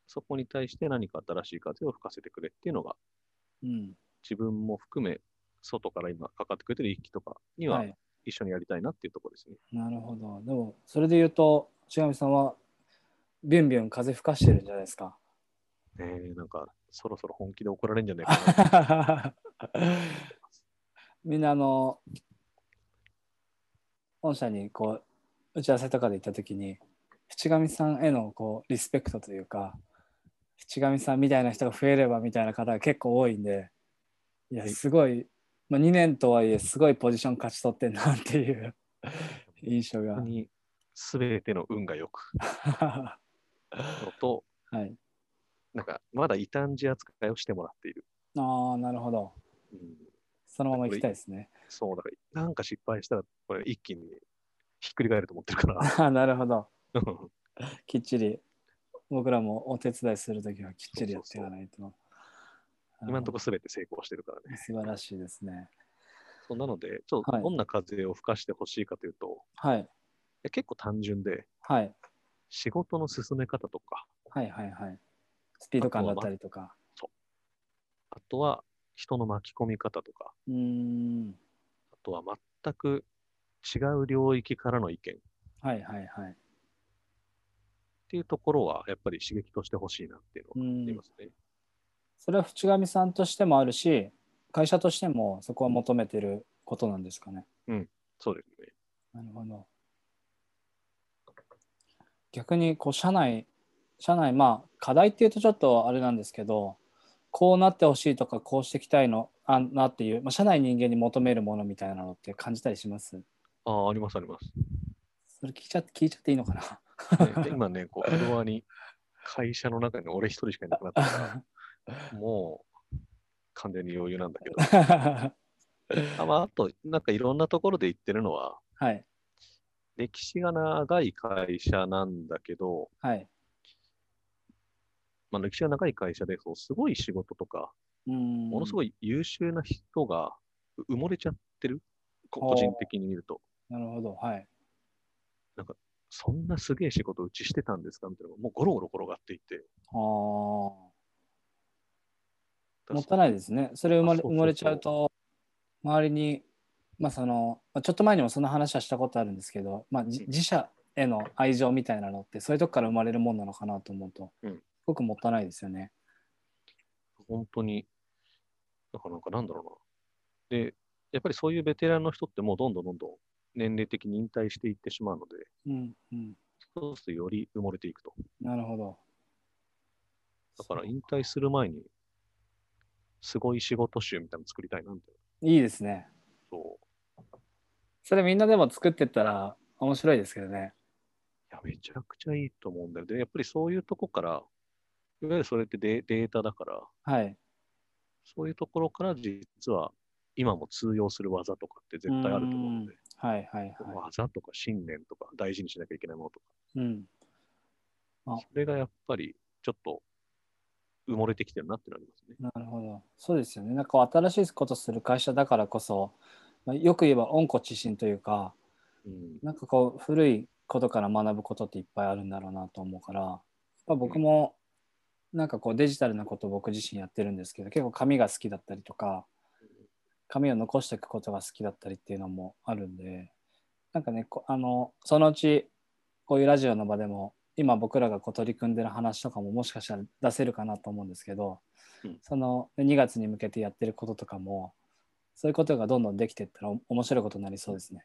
C: そこに対して何か新しい風を吹かせてくれっていうのが、
B: うん、
C: 自分も含め、外から今かかってくれてる一期とかに
B: は。
C: はい一緒にやりたいなっていうところですね。
B: なるほど。でも、それで言うと、志上さんは、ビュンビュン風吹かしてるんじゃないですか。
C: えーなんか、そろそろ本気で怒られるんじゃないかなと
B: みんな、あの、御社に、こう、打ち合わせとかで行った時に、淵上さんへの、こう、リスペクトというか、淵上さんみたいな人が増えればみたいな方が結構多いんで、いや、すごい、まあ、2年とはいえ、すごいポジション勝ち取ってんなっていう 印象が
C: 本当。に全ての運が良く のと、
B: はい。
C: なんかまだ異端児扱いをしてもらっている。
B: ああ、なるほど。
C: うん、
B: そのまま行きたいですね。
C: そうだから、なんか失敗したら、これ一気にひっくり返ると思ってるか ら。
B: ああ、 なるほど。
C: うん
B: きっちり、僕らもお手伝いするときはきっちりやっていかないと。
C: 今のとこ
B: ろ
C: ろ全て成功してるからね。
B: 素晴らしいですね。
C: そうなので、ちょっと
B: はい
C: どんな風を吹かしてほしいかというと、い
B: はい。
C: や結構単純で、
B: はい。
C: 仕事の進め方とか、
B: はいはいはい。スピード感だったりとか。
C: あとは人の巻き込み方とか、
B: うーん。
C: あとは全く違う領域からの意見っ
B: はいはいはい。
C: ていうところは、やっぱり刺激としてほしいなっていう
B: う
C: のがあり
B: ん
C: ま。すね。
B: それは淵上さんとしてもあるし、会社としてもそこは求めてることなんですかね。
C: そうですね。
B: なるほど。逆にこう社内社内まあ課題っていうとちょっとあれなんですけどこうなってほしいとかこうしていきたいのあなっていう、まあ、社内人間に求めるものみたいなのって感じたりします
C: ああ、ありますあります。
B: それ聞いちゃ聞いちゃっていいのかな
C: ねで今ね、こう、フロアに会社の中に俺一人しかいなくなったから、もう完全に余裕なんだけど。あまあ、あと、なんかいろんなところで言ってるのは、
B: はい。
C: 歴史が長い会社なんだけど、
B: はい。
C: まあ、歴史が長い会社でそうすごい仕事とか、
B: も
C: ものすご
B: い。
C: い優秀な人がう埋もれちゃってる、こ
B: ほう
C: 個人的に見ると。
B: なるほど。はい。
C: そんなすげえ仕事うちしてたんですかみたいなのがもうゴロゴロ転がっていて。
B: ああ。もったいないですね。それ生まれ
C: あそうそうそう
B: 生まれちゃうと、周りに、まあその、まあちょっと前にもその話はしたことあるんですけど、まあ、じ自社への愛情みたいなのって、そういうとこから生まれるもんなのかなと思うと、
C: うん
B: すごくもったいないですよね。
C: 本当に、だからなんかなんだろうな。で、やっぱりそういうベテランの人ってもうどんどんどんどん年齢的に引退していってしまうので、
B: うんうん。
C: そうするとより埋もれていくと。
B: なるほど。
C: だから引退する前に、すごい仕事集みたいなの作りたいなみたいな。
B: いいですね。
C: そう。
B: それみんなでも作ってったら面白いですけどね。
C: いや、めちゃくちゃいいと思うんだよ。で、やっぱりそういうとこから、いわゆるそれってデデータだから、
B: はい。
C: そういうところから実は今も通用する技とかって絶対あると思うので、
B: はいはいは
C: 技とか信念とか大事にしなきゃいけないものとか、
B: い。うん。あ
C: それがやっぱりちょっと埋もれてきてるなってなりますね。
B: なるほど。そうですよね。なんか新しいことする会社だからこそ、まあ、よく言えば温故知新というか、
C: うん
B: なんかこう古いことから学ぶことっていっぱいあるんだろうなと思うから、やっぱ僕もなんかこうデジタルなことを僕自身やってるんですけど、結構紙が好きだったりとか、紙を残していくことが好きだったりっていうのもあるんで、なんかね、こあのそのうちこういうラジオの場でも、今僕らがこう取り組んでる話とかももしかしたら出せるかなと思うんですけど、
C: うん
B: その2月に向けてやってることとかも、そういうことがどんどんできていったらお面白いことになりそうですね。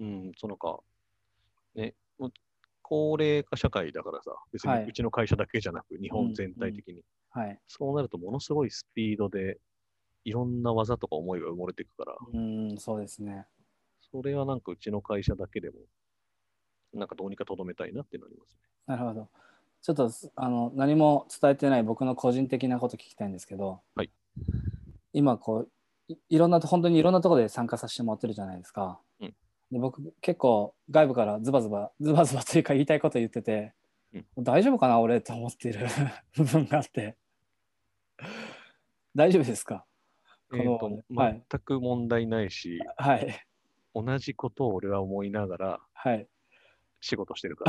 C: うん、そのか、ね、もう高齢化社会だからさ、別
B: はいう
C: にうちの会社だけじゃなく、日
B: うん
C: 本全体的に、
B: はい。
C: そうなるとものすごいスピードで、いろんな技とか思いが埋もれていくから、
B: うん、そうですね。
C: それはなんかうちの会社だけでも、なんかどうにかとどめたいなってなりますね。
B: なるほど。ちょっとあの何も伝えてない僕の個人的なこと聞きたいんですけど、
C: はい
B: 今こういいろんなと本当にいろんなところで参加させてもらってるじゃないですか。
C: うん
B: で僕結構外部からズバズバズバズバというか言いたいこと言ってて、
C: うん
B: 大丈夫かな俺と思っている 部分があって大丈夫ですかこ
C: え
B: の
C: ーと
B: はい
C: 全く問題ないし、
B: はい
C: 同じことを俺は思いながら
B: はい
C: 仕事してるか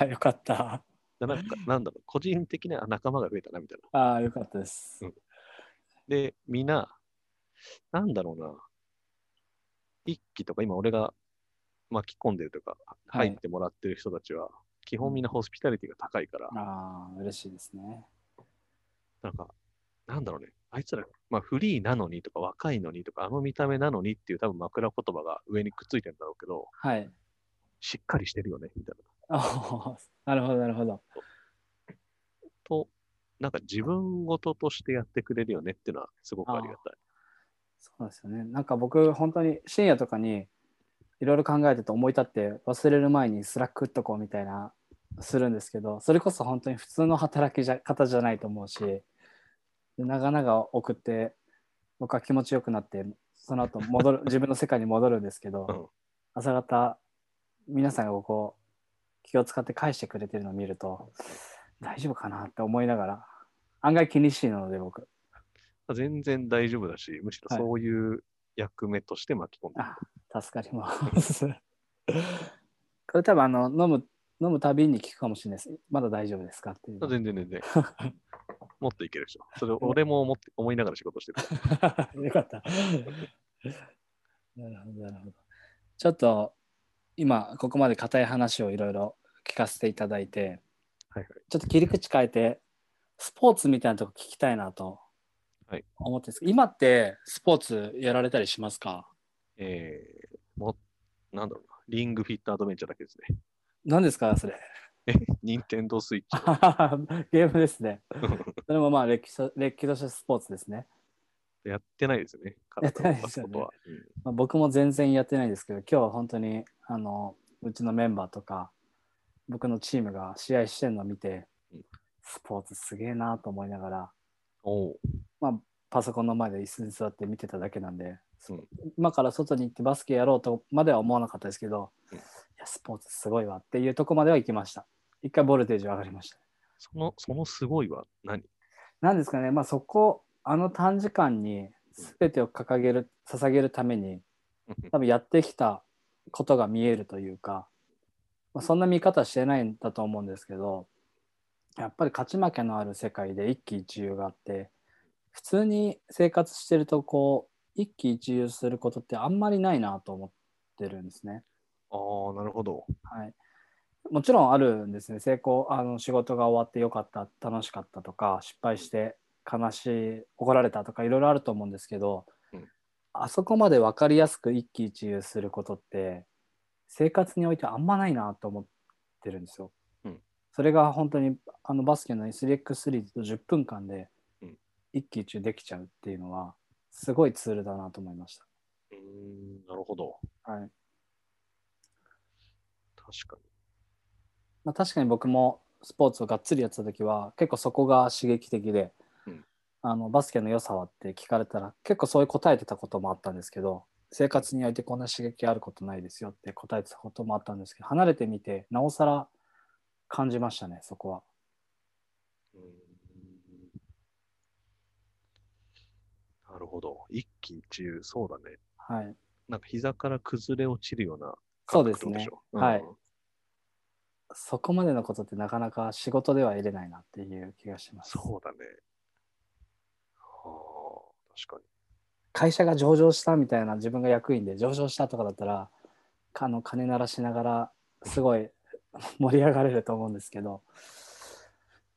C: ら、
B: よかった
C: だなんかなんだろう、個人的なあ仲間が増えたなみたいな。
B: ああよかったです、
C: うんで、みんな、なんだろうな、一期とか今俺が巻き込んでるとか、
B: は
C: 入
B: い
C: ってもらってる人たちは、基本みんなホスピタリティが高いから、
B: ああ嬉しいですね
C: なんか、なんだろうね、あいつら、まあ、フリーなのにとか、若いのにとか、あの見た目なのにっていう多分枕言葉が上にくっついてんだろうけど、
B: はい
C: しっかりしてるよね、みたいな。
B: ああ、 なるほど、なるほど。
C: と、なんか自分事としてやってくれるよねっていうのはすごくありがたい。
B: そうですよね。なんか僕、本当に深夜とかにいろいろ考えてて思い立って忘れる前にスラック打っとこうみたいな、するんですけど、それこそ本当に普通の働きじゃ方じゃないと思うし、で長々送って、僕は気持ちよくなって、その後戻る、 自分の世界に戻るんですけど、
C: うん
B: 朝方、皆さんがこう、気を使って返してくれてるのを見ると、大丈夫かなって思いながら、案外気にしいので僕。
C: 全然大丈夫だし、むしろ
B: はい
C: そういう役目として巻き込んでる。
B: あ助かります。これ多分あの飲む飲むたびに聞くかもしれないです。まだ大丈夫ですかっていうの。
C: 全然全 然。もっといけるでしょ。それ俺も思って思いながら仕事してる。
B: よかった。なるほど、なるほど。ちょっと今、ここまで硬い話をいろいろ聞かせていただいて、
C: はいはい。
B: ちょっと切り口変えて、スポーツみたいなとこ聞きたいなと
C: はい
B: 思ってるんですけど、今ってスポーツやられたりしますか
C: えー、もう、なんだろうな。リングフィットアドベンチャーだけですね。
B: 何ですか、それ。
C: 任天堂スイッチ。
B: ゲームですね。それもまあ、れっきとれっきとしたスポーツですね。
C: やってないですよね。
B: やって
C: 体を動
B: ないで
C: か
B: す
C: す
B: よ
C: こ
B: ね
C: とは。
B: まあ、僕も全然やってないですけど今日は本当にあのうちのメンバーとか僕のチームが試合してるのを見て、
C: うん
B: スポーツすげえなと思いながら、
C: おう
B: まあ、パソコンの前で椅子に座って見てただけなんで、
C: うん
B: 今から外に行ってバスケやろうとまでは思わなかったですけど、
C: うん
B: いやスポーツすごいわっていうとこまでは行きました。一回ボルテージは上がりました。
C: その、そのすごいは何
B: なんですかね、まあ、そこ、あの短時間に全てを掲げる、捧げるために、多分やってきたことが見えるというか、まあ、そんな見方してないんだと思うんですけどやっぱり勝ち負けのある世界で一喜一憂があって普通に生活してるとこう一喜一憂することってあんまりないなと思ってるんですね。
C: ああ、なるほど。
B: はい、もちろんあるんですね成功あの仕事が終わってよかった楽しかったとか失敗して悲しい怒られたとかいろいろあると思うんですけど、
C: うん
B: あそこまで分かりやすく一喜一憂することって生活においてあんまないなと思ってるんですよ。
C: うん
B: それが本当にあのバスケの 3x3 と10分間で
C: うん
B: 一喜一憂できちゃうっていうのはすごいツールだなと思いまし
C: うーん、なるほど。
B: た。はい
C: 確かに。
B: まあ、確かに僕もスポーツをがっつりやってた時は結構そこが刺激的で、
C: うん
B: あのバスケの良さはって聞かれたら結構そういう答えてたこともあったんですけど生活においてこんな刺激あることないですよって答えてたこともあったんですけど離れてみてなおさら感じましたねそこは。
C: うーんなるほど。一喜一憂、そうだね。
B: はい、
C: なんか膝から崩れ落ちるような
B: そう
C: 感
B: です
C: 覚
B: ね
C: でしょ。
B: はい
C: うんうん
B: そこまでのことってなかなか仕事では得れないなっていう気がします。
C: そうだね。はあ、確かに。
B: 会社が上場したみたいな自分が役員で上場したとかだったらあの鐘鳴らしながらすごい盛り上がれると思うんですけど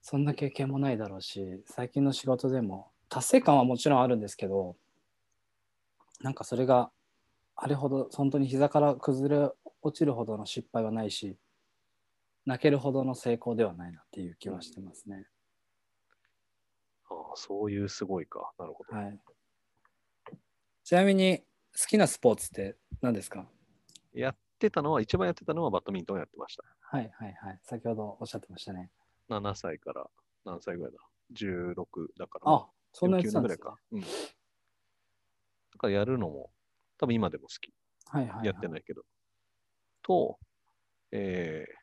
B: そんな経験もないだろうし最近の仕事でも達成感はもちろんあるんですけどなんかそれがあれほど本当に膝から崩れ落ちるほどの失敗はないし泣けるほどの成功ではないなっていう気はしてますね。
C: はあ、そういうすごいか。なるほど。
B: はい、ちなみに好きなスポーツって何ですか
C: やってたのは、一番やってたのはバドミントンやってました。
B: はいはいはい。先ほどおっしゃってましたね。
C: 7歳から何歳ぐらいだ ?16 だから。
B: あ、そんなやつ
C: 19
B: なん
C: ぐら
B: で
C: い
B: すか
C: か。。うん。だからやるのも、多分今でも好き。
B: はいはい、はい。
C: やってないけど。と、えー、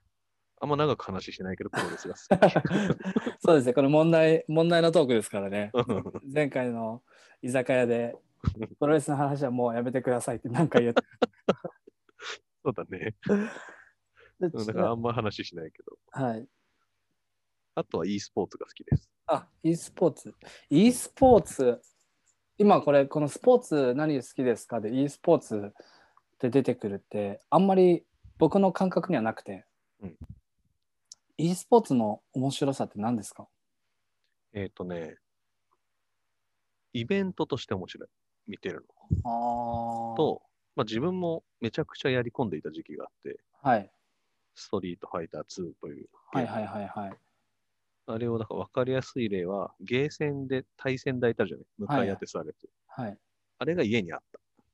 C: あんま長く話しないけど、プロレスが好き
B: そうですね。これ問題、 問題のトークですからね。
C: うん
B: 前回の居酒屋で、プロレスの話はもうやめてくださいって何回 言って。
C: そうだね。
B: で
C: うんだからあんま話しないけど。
B: はい。
C: あとは e スポーツが好きです。
B: あ、e スポーツ。e スポーツ。今これ、このスポーツ何好きですかで e スポーツって出てくるって、あんまり僕の感覚にはなくて。
C: うん、
B: e スポーツの面白さって何ですか
C: えっ、とね、イベントとして面白い。見てる
B: ああ
C: の。、と、まあ、自分もめちゃくちゃやり込んでいた時期があって、
B: はい。
C: ストリートファイター2というゲ
B: は
C: ー
B: い
C: ム。
B: はいはいはい。
C: あれを、だから分かりやすい例は、ゲーセンで対戦台いたじゃない向かい合って座るやつ。
B: はい。
C: あれが家にあっ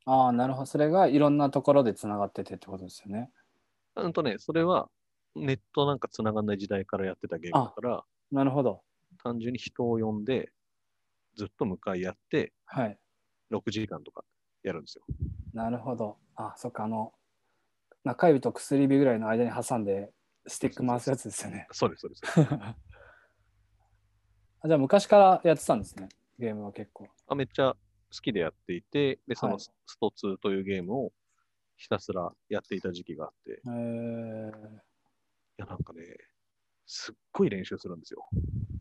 B: ああ、なるほど。それがいろんなところでつながっててってことですよね。
C: た。うんとね、それはネットなんか繋がんない時代からやってたゲームだから、
B: なるほど。
C: 単純に人を呼んで、ずっと向かい合って、
B: はい。
C: 6時間とかやるんですよ。
B: なるほど。あ、そっか。あの、中指と薬指ぐらいの間に挟んで、スティック回すやつですよね。
C: そうです、そうです。
B: あ じゃあ、昔からやってたんですね。ゲームは結構。
C: あめっちゃ好きでやっていて、で、そ
B: は
C: の
B: い
C: ススト2というゲームをひたすらやっていた時期があって、い
B: えー、
C: や、なんかね、すっごい練習するんですよ。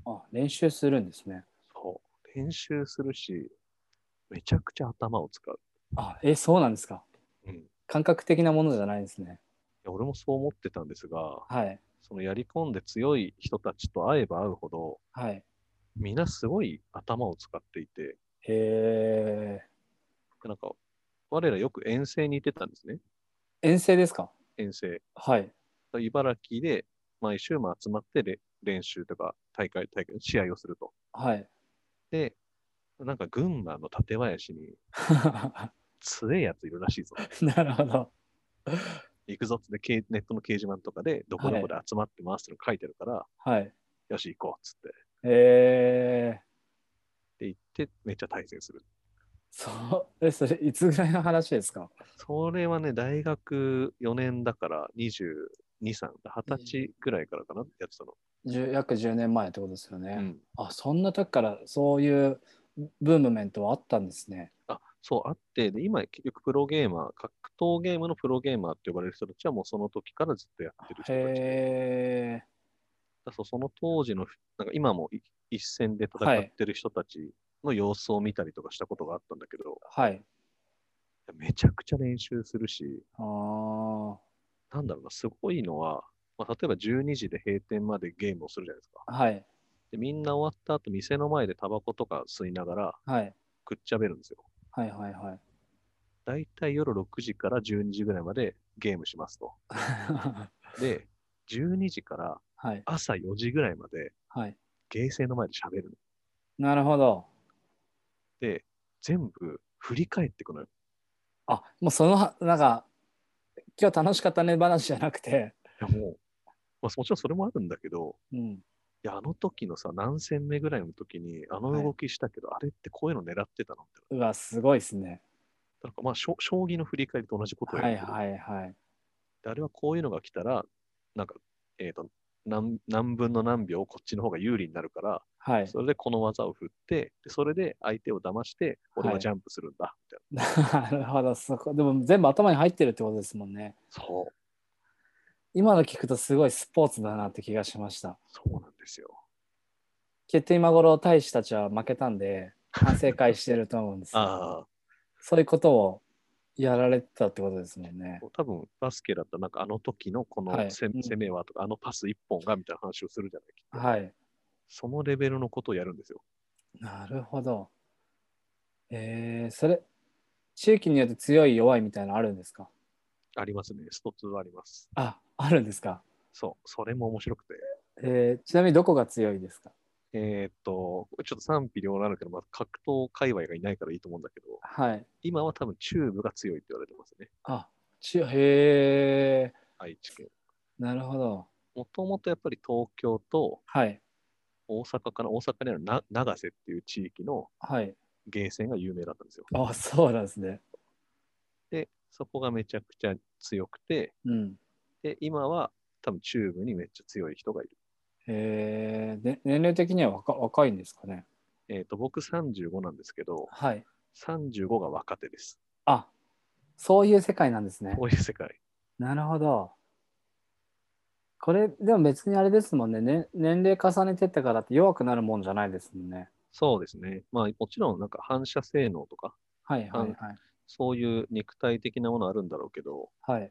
B: あ、練習するんですね。
C: そう。練習するし、めちゃくちゃ頭を使う。
B: あ、え、そうなんですか。
C: うん。い
B: 感覚的なものじゃないんですね。
C: や俺もそう思ってたんですが、
B: はい。
C: そのやり込んで強い人たちと会えば会うほど、
B: はい。
C: みんなすごい頭を使っていて、
B: へえ
C: でなんか、我らよく遠征に行ってたんですね。
B: ー、遠征ですか
C: 遠征。
B: はい。
C: 茨城で毎週まあ集まってれ練習とか大会、大会、試合をすると。
B: はい。
C: で、なんか群馬の館林に強えやついるらしいぞ。
B: なるほど。
C: 行くぞっつってけネットの掲示板とかでどこどこで集まってますっての書いてるから、
B: はい。
C: よし、行こうっつって。
B: えー、
C: で、行って、めっちゃ対戦する。
B: そう、え、それ、いつぐらいの話ですか
C: それはね、大学4年だから22、3、20歳ぐらいからかな、やってたの。
B: 10約10年前ってことですよ
C: う
B: ね。
C: ん
B: あ、そんな時からそういうブームメントはあったんですね。
C: あ、そう、あって、で今、結局プロゲーマー、格闘ゲームのプロゲーマーって呼ばれる人たちはもうその時からずっとやってる人たちで。
B: へ
C: だそうその当時の、なんか今もい一戦で戦ってる人たちの様子を見たりとかしたことがあったんだけど、
B: ー、はい。
C: めちゃくちゃ練習するし、
B: あー
C: なんだろうな、すごいのは、まあ、例えば12時で閉店までゲームをするじゃないですか。
B: はい、
C: で、みんな終わった後、店の前でタバコとか吸いながら
B: はい、
C: くっちゃべるんですよ。
B: はい、はい、はい。
C: だいたい夜6時から12時ぐらいまでゲームしますと。で、12時から
B: はい、
C: 朝4時ぐらいまで
B: はい。
C: ゲーセンの前で喋るの。
B: なるほど。
C: で、全部振り返ってくのよ。
B: あ、もうその、なんか、今日楽しかったね話じゃなくて、
C: いやもう、まあ、もちろんそれもあるんだけど、
B: うん。
C: いや、あの時のさ、何戦目ぐらいの時に、あの動きしたけど、あれってこういうの狙ってたのって。
B: うわ、すごいですね。
C: なんかまあ、しょ将棋の振り返りと同じことをや
B: は
C: る
B: い、
C: けど
B: はい、はい。
C: であれはこういうのが来たら、なんか、えっ、と何、何分の何秒こっちの方が有利になるから、
B: はい。
C: それでこの技を振って、でそれで相手を騙して、俺はジャンプするんだ、みたい
B: なるほど、そこ、でも全部頭に入ってるってことですもんね。
C: な。そう、
B: 今の聞くとすごいスポーツだなって気がしました。
C: そうなんですよ。
B: 決定今頃大使たちは負けたんで反省会してると思うんですよ
C: あ
B: そういうことをやられてたってことですもんね
C: あ、。多分バスケだったら、なんかあの時のこの
B: はい
C: せ
B: うん
C: 攻めはとか、あのパス一本がみたいな話をするじゃないきっと
B: はい。
C: そのレベルのことをやるんですよ。
B: なるほど。えー、それ、地域によって強い弱いみたいなのあるんですか
C: ありますね。スト2あります。
B: あ、あるんですか。
C: そう、それも面白くて。
B: えー、ちなみにどこが強いですか
C: えーっと、ちょっと賛否両論あるけど、まあ、格闘界隈がいないからいいと思うんだけど、
B: はい。
C: 今は多分チューブが強いって言われてますね。
B: あ、ちへ
C: 愛知県。
B: ー、なるほど。
C: もともとやっぱり東京と
B: はい。
C: 大阪かな、大阪にあるな長瀬っていう地域の
B: はい。
C: ゲーセンが有名だったんですよ。
B: あ、そうなんですね。
C: で、そこがめちゃくちゃ強くて、
B: うん。
C: で、今は多分チューブにめっちゃ強い人がいる。
B: えー、ね、年齢的には若若いんですかね。
C: えーっと、僕35なんですけど、
B: はい。
C: 35が若手です。
B: あ、そういう世界なんですね。
C: こういう世界。
B: なるほど。これ、でも別にあれですもんねね。年齢重ねてったからって弱くなるもんじゃないですもんね。
C: そうですね。まあ、もちろん、なんか反射性能とか、
B: はいはいはい。
C: そういう肉体的なものあるんだろうけど、
B: はい。
C: なん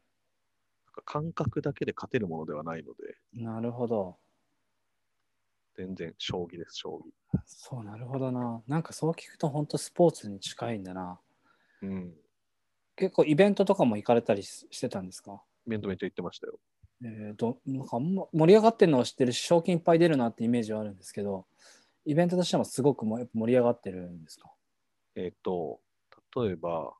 C: か感覚だけで勝てるものではないので、
B: なるほど。
C: 全然、将棋です、将
B: そう、なるほどな。なんかそう聞くと本当スポーツに近いんだな。
C: 棋。うん。
B: 結構イベントとかも行かれたりししてたんですか
C: イベントめっちゃ行ってましたよ。
B: えー、どなんかあんま盛り上がってるのを知ってるし賞金いっぱい出るなってイメージはあるんですけどイベントとしてもすごくもうやっぱ盛り上がってるんですか
C: えっ、と、例えば、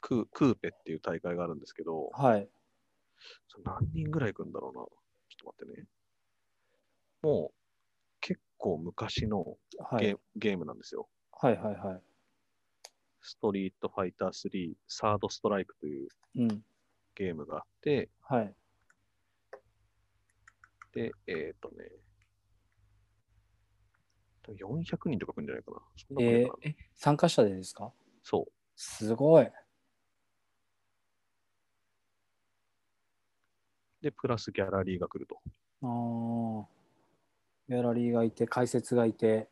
C: クークーペっていう大会があるんですけど、
B: はい
C: それ何人ぐらい行くんだろうな。ちょっと待ってね。もう、結構昔の
B: は
C: ゲ,、
B: い
C: ゲームなんですよ。
B: はいはいは
C: ストリートファイター3、サードストライクという
B: いうん
C: ゲームがあって、
B: はい
C: で、えっ、とね、多分400人とか来るんじゃないかな。そんな来る
B: え
C: かな
B: ー、え参加者でですか
C: そう。
B: すごい
C: で、プラスギャラリーが来ると。
B: あーギャラリーがいて解説がいて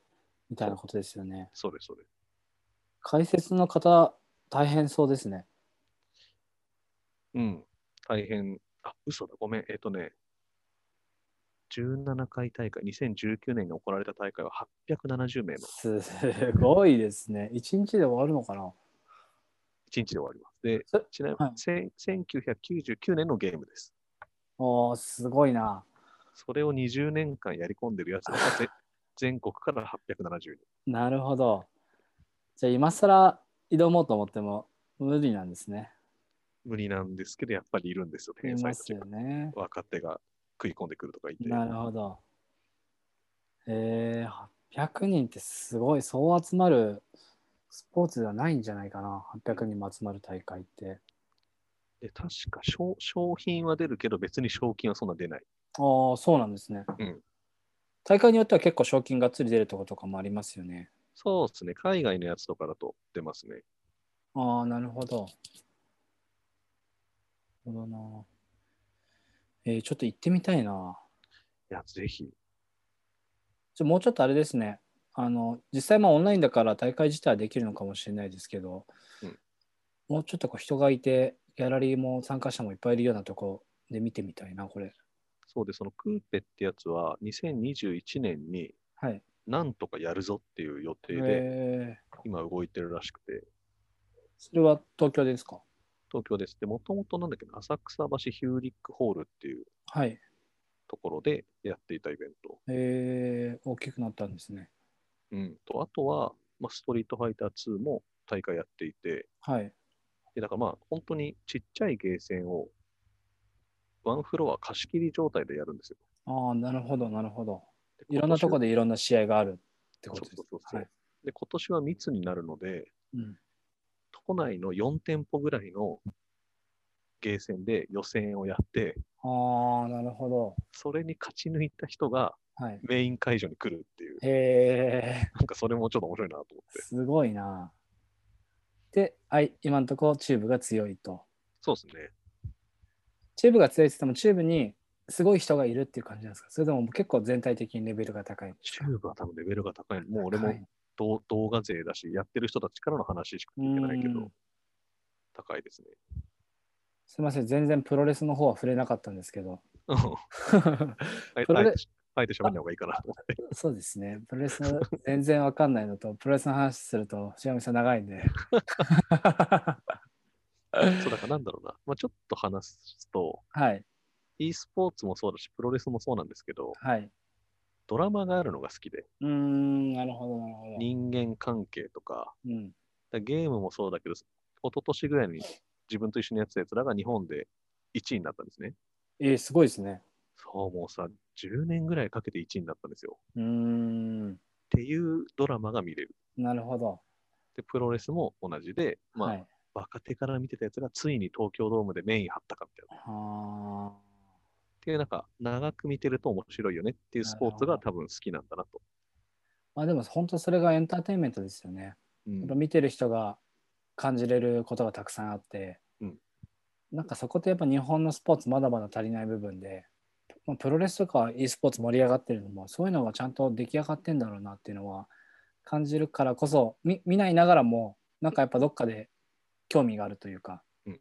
B: みたいなことですよね
C: それそれ。
B: 解説の方大変そうですね
C: うん。大変。あ、嘘だ。ごめん。えっ、とね、17回大会、2019年に行われた大会は870名の
B: す ごいですね一日で終わるのかな
C: 1日で終わります。で
B: そ、
C: ちなみ
B: は
C: に
B: い、
C: 千1999年のゲームです。
B: おーすごいな
C: それを20年間やり込んでるやつ がぜ全国から870人。
B: なるほど。じゃあ今更挑もうと思っても無理なんですね。
C: 無理なんですけど、やっぱりいるんですよ、
B: い
C: 天才
B: ま
C: た
B: す
C: ち
B: よ
C: が。
B: ね。
C: 若手が食い込んでくるとか言って。
B: なるほど。えー、800人ってすごい、そう集まるスポーツではないんじゃないかな、800人も集まる大会って。
C: で、確か商商品は出るけど、別に賞金はそんな出ない。
B: ああ、そうなんですね。
C: うん
B: 大会によっては結構賞金がっつり出るとことかもありますよね。
C: そうですね。海外のやつとかだと出ますね。
B: ああ、なるほど。なるほどな。えーちょっと行ってみたいな。
C: いや、ぜひ。
B: ちょもうちょっとあれですね。あの実際まあオンラインだから大会自体はできるのかもしれないですけど、
C: うん
B: もうちょっとこう人がいてギャラリーも参加者もいっぱいいるようなとこで見てみたいなこれ。
C: そうで、そのクーペってやつは、2021年に
B: はい。
C: なんとかやるぞっていう予定で、
B: えー、
C: 今動いてるらしくて、
B: それは東京ですか
C: 東京です。で、もともとなんだっけな、浅草橋ヒューリックホールっていう
B: はい。
C: ところでやっていたイベント。
B: えー、大きくなったんですね。
C: うん。と、あとは、まあ、ストリートファイター2も大会やっていて、
B: はい。
C: で、だからまあ、本当にちっちゃいゲーセンを、ワンフロア貸し切り状態でやるんですよ。
B: ああ、なるほど、なるほど。
C: で
B: いろんなとこ
C: 今年は
B: でいろんな試合があるってことです
C: そうそうそうそう
B: はい
C: で、今年は密になるので、
B: うん
C: 都内の4店舗ぐらいのゲーセンで予選をやって、
B: ああ、なるほど。
C: それに勝ち抜いた人が
B: はい。
C: メイン会場に来るっていう、
B: へえ、
C: なんかそれもちょっと面白いなと思って。
B: すごいな。で、はい、今のところチューブが強いと。
C: そうですね。
B: チューブが強いって言っても、チューブにすごい人がいるっていう感じなんですかそれでも結構全体的にレベルが高いんです
C: チ
B: か。
C: ューブは多分レベルが高いの。もう俺
B: は
C: も
B: い
C: 動動画勢だし、やってる人たちからの話しか聞けないけ
B: う
C: ど
B: ん、
C: 高いですね。
B: すみません、全然プロレスの方は触れなかったんですけど。
C: うんあえ
B: プロレ
C: あえてあえて喋んない方がいいかなと思 って。
B: そうですね、プロレス全然わかんないのと、プロレスの話すると、しがみさん長い んで。
C: そうだからなんだろうな。まあ、ちょっと話すと、
B: はい、
C: e スポーツもそうだし、プロレスもそうなんですけど、
B: はい。
C: ドラマがあるのが好きで、
B: うーん、なるほど、なるほど。
C: 人間関係とか、
B: うん、
C: だからゲームもそうだけど、一昨年ぐらいに自分と一緒にやってたやつらが日本で1位になったんですね。
B: えー、すごいですね。
C: そう、もうさ、10年ぐらいかけて1位になったんですよ。
B: うーん、
C: っていうドラマが見れる。
B: なるほど。
C: で、プロレスも同じで、まあ、
B: はい、
C: 若手から見てたやつがついに東京ドームでメイン張ったかみたいな。っ
B: あー
C: ていう、なんか、長く見てると面白いよねっていうスポーツ
B: な
C: が
B: る
C: 多分好きなんだなと。
B: まあでも本当それがエンターテインメントですよね。
C: うん
B: やっぱ見てる人が感じれることがたくさんあって、
C: うん
B: なんかそこってやっぱ日本のスポーツまだまだ足りない部分で、まあ、プロレスとか e スポーツ盛り上がってるのもそういうのがちゃんと出来上がってんだろうなっていうのは感じるからこそ見見ないながらもなんかやっぱどっかで興味があるというか、
C: うん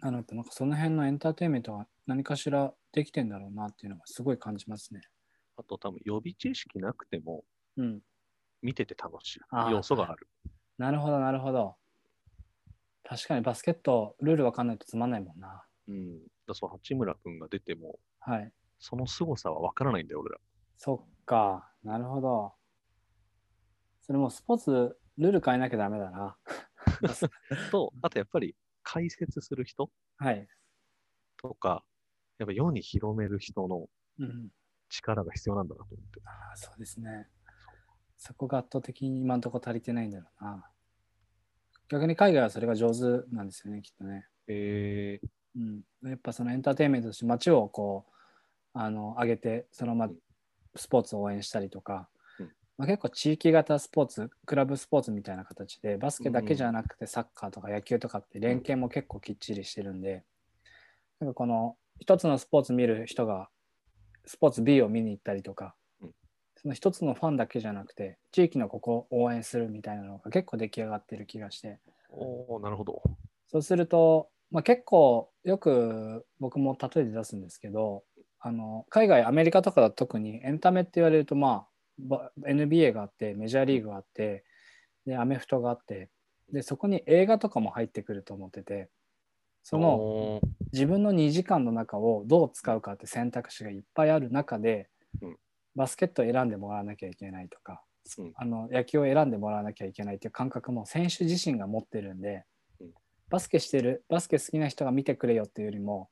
B: なのでなんかその辺のエンターテインメントは何かしらできてんだろうなっていうのはすごい感じますね。
C: あと多分予備知識なくても
B: うん、
C: 見てて楽しい
B: あー
C: 要素がある。
B: なるほどなるほど。確かにバスケットルールわかんないとつまんないもんな。
C: うん。だからそう、八村君が出ても、
B: はい。
C: その凄さは分からないんだよ、俺ら。
B: そっか、なるほど。それもうスポーツ、ルール変えなきゃダメだな。
C: と、あとやっぱり解説する人
B: はい。
C: とか、やっぱ世に広める人の
B: うん、
C: 力が必要なんだなと思って。
B: ああそうですね。そこが圧倒的に今んとこ足りてないんだろうな。逆に海外はそれが上手なんですよね、きっとね。
C: えー、
B: うん、やっぱそのエンターテインメントとして街をこうあの上げてそのまま
C: うん
B: スポーツを応援したりとか、
C: うん
B: まあ、結構地域型スポーツクラブスポーツみたいな形でバスケだけじゃなくてサッカーとか野球とかって連携も結構きっちりしてるんで、なんかこの一つのスポーツ見る人がスポーツ B を見に行ったりとか、
C: うん
B: その一つのファンだけじゃなくて地域のここを応援するみたいなのが結構出来上がってる気がして。
C: おー、なるほど。
B: そうすると、まあ、結構よく僕も例えで出すんですけどあの海外アメリカとかだと特にエンタメって言われると、まあば、NBA があってメジャーリーグがあってでアメフトがあってでそこに映画とかも入ってくると思っててその
C: おー
B: 自分の2時間の中をどう使うかって選択肢がいっぱいある中で、
C: うん
B: バスケットを選んでもらわなきゃいけないとか
C: うん
B: あの野球を選んでもらわなきゃいけないっていう感覚も選手自身が持ってるんで、
C: うん
B: バスケしてるバスケ好きな人が見てくれよっていうよりも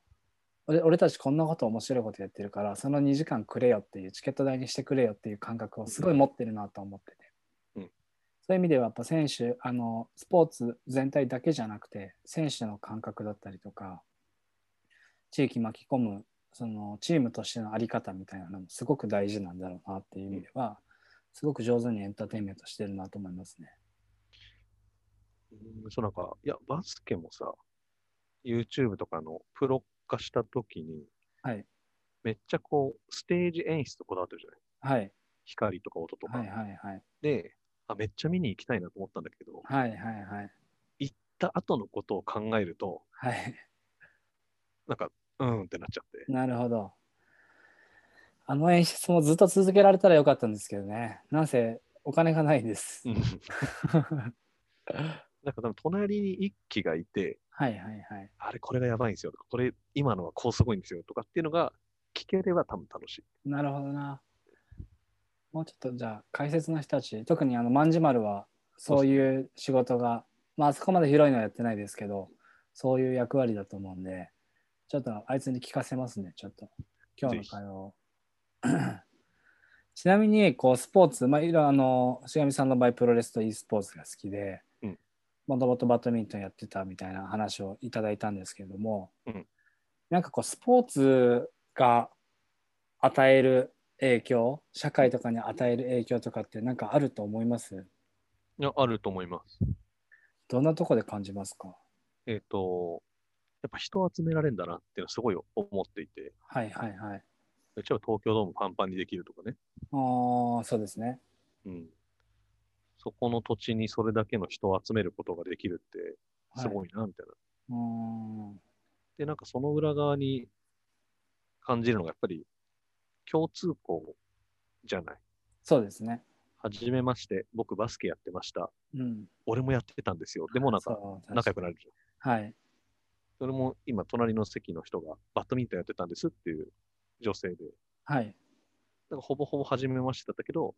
B: 俺俺たちこんなこと面白いことやってるからその2時間くれよっていうチケット代にしてくれよっていう感覚をすごい持ってるなと思ってて、
C: うん
B: そういう意味ではやっぱ選手あのスポーツ全体だけじゃなくて選手の感覚だったりとか地域巻き込むそのチームとしての在り方みたいなのもすごく大事なんだろうなっていう意味では、すごく上手にエンターテインメントしてるなと思いますね。
C: うんそうなんか、いや、バスケもさ、YouTube とかのプロ化した時に、
B: はい
C: めっちゃこう、ステージ演出とこだわってるじゃない
B: はい
C: 光とか音とか。
B: はいはいはい
C: であ、めっちゃ見に行きたいなと思ったんだけど、
B: はいはいはい
C: 行った後のことを考えると、
B: はい。
C: なんか、うーんってなっちゃって。
B: なるほど。あの演出もずっと続けられたらよかったんですけどね。なんせお金がないんです。
C: うん なんか多分隣に一機がいて、
B: はいはいはい。
C: あれこれがやばいんですよとか、これ今のはこうすごいんですよとかっていうのが聞ければ多分楽しい。
B: なるほどな。もうちょっとじゃあ解説の人たち、特にあの万事丸はそういう仕事が、まああそこまで広いのはやってないですけど、そういう役割だと思うんで、ちょっとあいつに聞かせますね、ちょっと。今日の会話を。 ちなみにこうスポーツ、まあ、いろいろあの、しがみさんの場合プロレスと e スポーツが好きで
C: うん、
B: もともとバドミントンやってたみたいな話をいただいたんですけれども、
C: うん
B: なんかこうスポーツが与える影響社会とかに与える影響とかってなんかあると思います
C: いや、あると思います。
B: どんなとこで感じますか
C: えっ、と、やっぱ人を集められるんだなっていうのはすごい思っていて、
B: はいはいはい。
C: うちは東京ドームパンパンにできるとかね、
B: ああそうですね。
C: うん。そこの土地にそれだけの人を集めることができるって
B: はい、
C: すごいな、みたいな。
B: うーん
C: で、なんかその裏側に感じるのがやっぱり共通項じゃない。
B: そうですね。
C: はじめまして、僕バスケやってました。
B: うん。
C: 俺もやってたんですよ。でもなんか
B: そう
C: 仲良くなるじゃん。
B: はい。
C: それも今、隣の席の人がバドミントンやってたんですっていう女性で、
B: はい。
C: なんかほぼほぼ初めましてだったけど、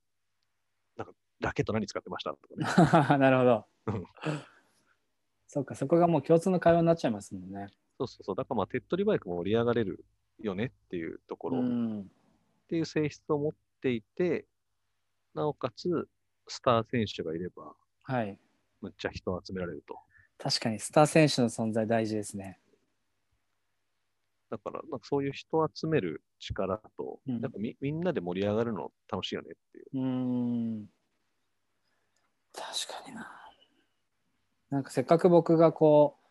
C: なんかラケット何使ってましたと かね。
B: なるほど
C: うん。
B: そうか、そこがもう共通の会話になっちゃいますもんね。
C: そうそうそう。だからまあ、手っ取り早く盛り上がれるよねっていうところ、
B: う
C: っ
B: ん。
C: ていう性質を持っていて、なおかつ、スター選手がいれば、
B: はい。
C: むっちゃ人を集められると。
B: 確かにスター選手の存在大事ですね。
C: だから、なんかそういう人を集める力と、
B: うん
C: なんかみみんなで盛り上がるの楽しいよねっていう。
B: うーん確かにな。なんかせっかく僕がこう、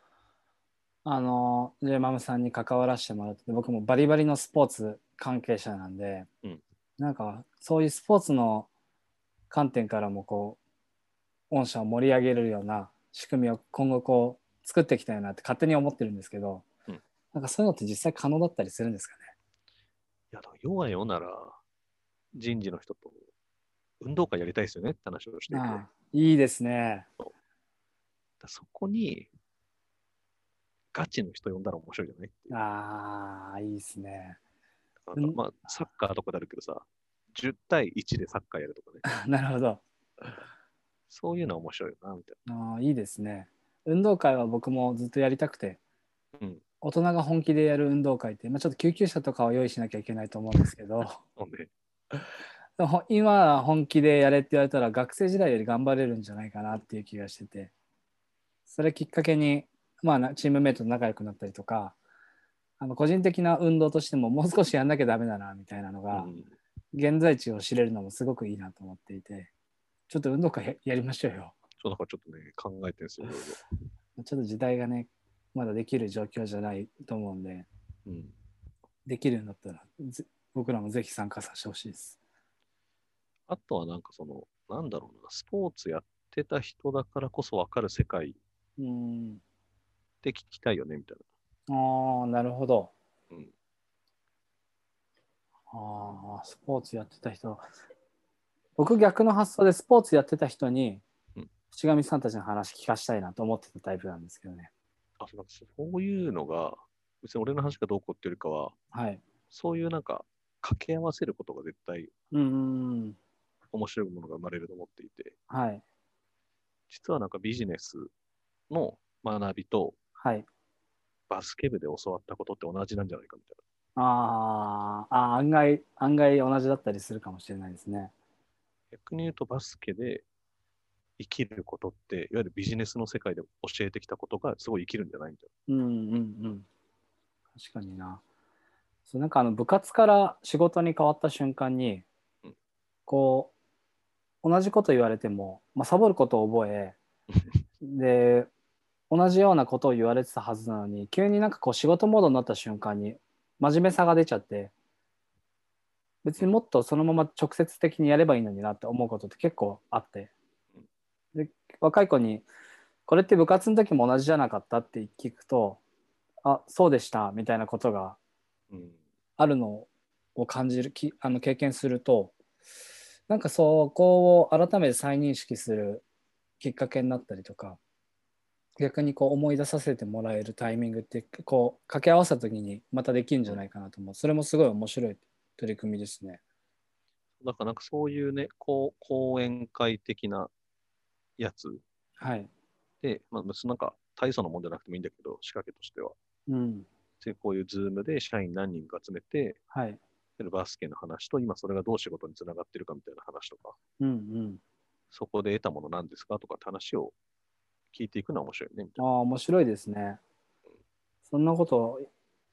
B: あの、ジェイマムさんに関わらせてもらってて、僕もバリバリのスポーツ関係者なんで、
C: うん
B: なんかそういうスポーツの観点からもこう、御社を盛り上げるような仕組みを今後こう、作っていきたいなって勝手に思ってるんですけど、
C: うん
B: なんかそういうのって実際可能だったりするんですかね。
C: いや、だから要はよなら、人事の人と運動会やりたいですよねって話をしていて、
B: ああいいですね。
C: だそこにガチの人呼んだら面白いじゃないっていう
B: ああ、いいですね。
C: なんかまあ、サッカーとかであるけどさ、10対1でサッカーやるとかね、
B: なるほど。
C: そういうのは面白いよな、みたい
B: あーいいですね。運動会は僕もずっとやりたくて、
C: うん
B: 大人が本気でやる運動会って、まあ、ちょっと救急車とかは用意しなきゃいけないと思うんですけ ど
C: な。なんで、
B: でも今は本気でやれって言われたら学生時代より頑張れるんじゃないかなっていう気がしててそれきっかけに、まあな、チームメイトと仲良くなったりとかあの個人的な運動としてももう少しやんなきゃダメだなみたいなのが、
C: うん
B: 現在地を知れるのもすごくいいなと思っていてちょっと運動会ややりましょうよ。
C: そうだからちょっとね、考えてるんですよ、いろい
B: ちょっと時代がね、まだできる状況じゃないと思うんで、
C: ろ。うん
B: できるんだったら、ぜ僕らもぜひ参加させてほしいです。
C: あとはなんかその、なんだろうな、スポーツやってた人だからこそ分かる世界っ
B: うーん。
C: て聞きたいよね、みたい
B: ああ、なるほど。
C: うん
B: ああ、スポーツやってた人。僕逆の発想でスポーツやってた人に
C: うん、
B: 淵上さんたちの話聞かしたいなと思ってたタイプなんですけどね。
C: な。あなんかそういうのが、別に俺の話がどうこうっていうよりかは、
B: はい。
C: そういうなんか、掛け合わせることが絶対
B: うーん。
C: 面白いものが生まれると思っていて、
B: はい。
C: 実はなんかビジネスの学びと、
B: はい。
C: バスケ部で教わったことって同じなんじゃないかみたい
B: あーあー、案外、案外同じだったりするかもしれないですね。
C: な。逆に言うとバスケで生きることって、いわゆるビジネスの世界で教えてきたことがすごい生きるんじゃないみたい
B: うんうんうん。確かにな。そうなんかあの部活から仕事に変わった瞬間に
C: うん、
B: こう、同じこと言われても、まあ、サボることを覚 え、で、同じようなことを言われてたはずなのに、急になんかこう仕事モードになった瞬間に、真面目さが出ちゃって、別にもっとそのまま直接的にやればいいのになって思うことって結構あって。で、若い子に、これって部活の時も同じじゃなかったって聞くとあそうでしたみたいなことが
C: な。うん。
B: あるのを感じるきあの経験するとなんかそこを改めて再認識するきっかけになったりとか逆にこう思い出させてもらえるタイミングってこう掛け合わせた時にまたできるんじゃないかなと思うそれもすごい面白い取り組みですね。
C: だからなんかそういうね、こう講演会的なやつ
B: はい、
C: で、まあ、別になんか大層なもんじゃなくてもいいんだけど、仕掛けとしては。
B: うん
C: でこういうズームで社員何人か集めて、
B: はい
C: でバスケの話と、今それがどう仕事につながってるかみたいな話とか、
B: うんうん、
C: そこで得たものなんですかとかって話を聞いていくのは面白いね、みた
B: あ
C: い
B: あ
C: な。
B: 面白いですね。そんなこと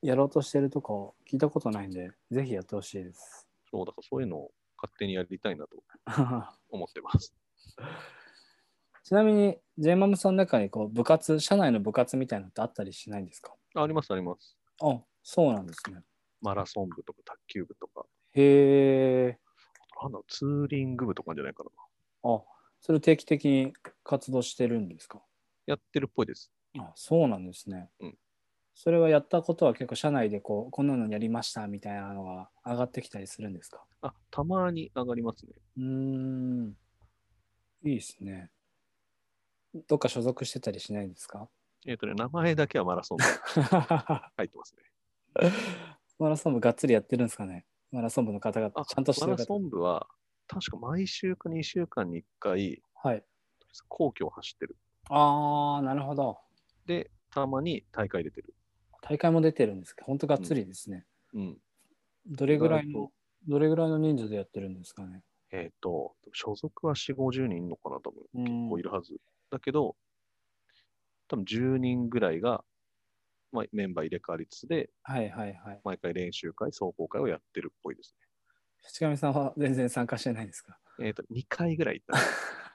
B: やろうとしてるとこ聞いたことないんで、ぜひやってほしいです。
C: そう、だからそういうのを勝手にやりたいなと思ってます。
B: ちなみに、ジェイマムさんの中にこう部活、社内の部活みたいなのってあったりしないんですか
C: ああります、あります。
B: あそうなんですね。
C: マラソン部とか卓球部とか、
B: へえ。
C: あとなんだろうツーリング部とかあるんじゃないかな。
B: あそれ定期的に活動してるんですか
C: やってるっぽいです。
B: あそうなんですね。
C: うん
B: それはやったことは結構社内でこうこんなのやりましたみたいなのが上がってきたりするんですか
C: あ、たまに上がりますね。
B: うーん。いいですね。どっか所属してたりしないんですか
C: えっ、とね、名前だけはマラソン部入って ますね。
B: マラソン部がっつりやってるんですかねマラソン部の方々、
C: あ、
B: ちゃんとして
C: マ
B: る
C: ラ
B: 方
C: ソ。ン部は、確か毎週か2週間に1回、
B: はい。
C: 皇居を走ってる。
B: ああ、なるほど。
C: で、たまに大会出てる。
B: 大会も出てるんですけど、本当がっつりですね。
C: うん。
B: どれぐらい
C: 意外
B: の、どれぐらいの人数でやってるんですかね
C: えっ、と、所属は4、50人いるのかな、多分。
B: うん
C: 結構いるはず。だけど、多分10人ぐらいが、まあ、メンバー入れ替わりつつで、
B: はいはいはい。
C: 毎回練習会、走行会をやってるっぽいです
B: 淵上さんは全然参加してないんですか
C: ね。えっ、と、2回ぐらい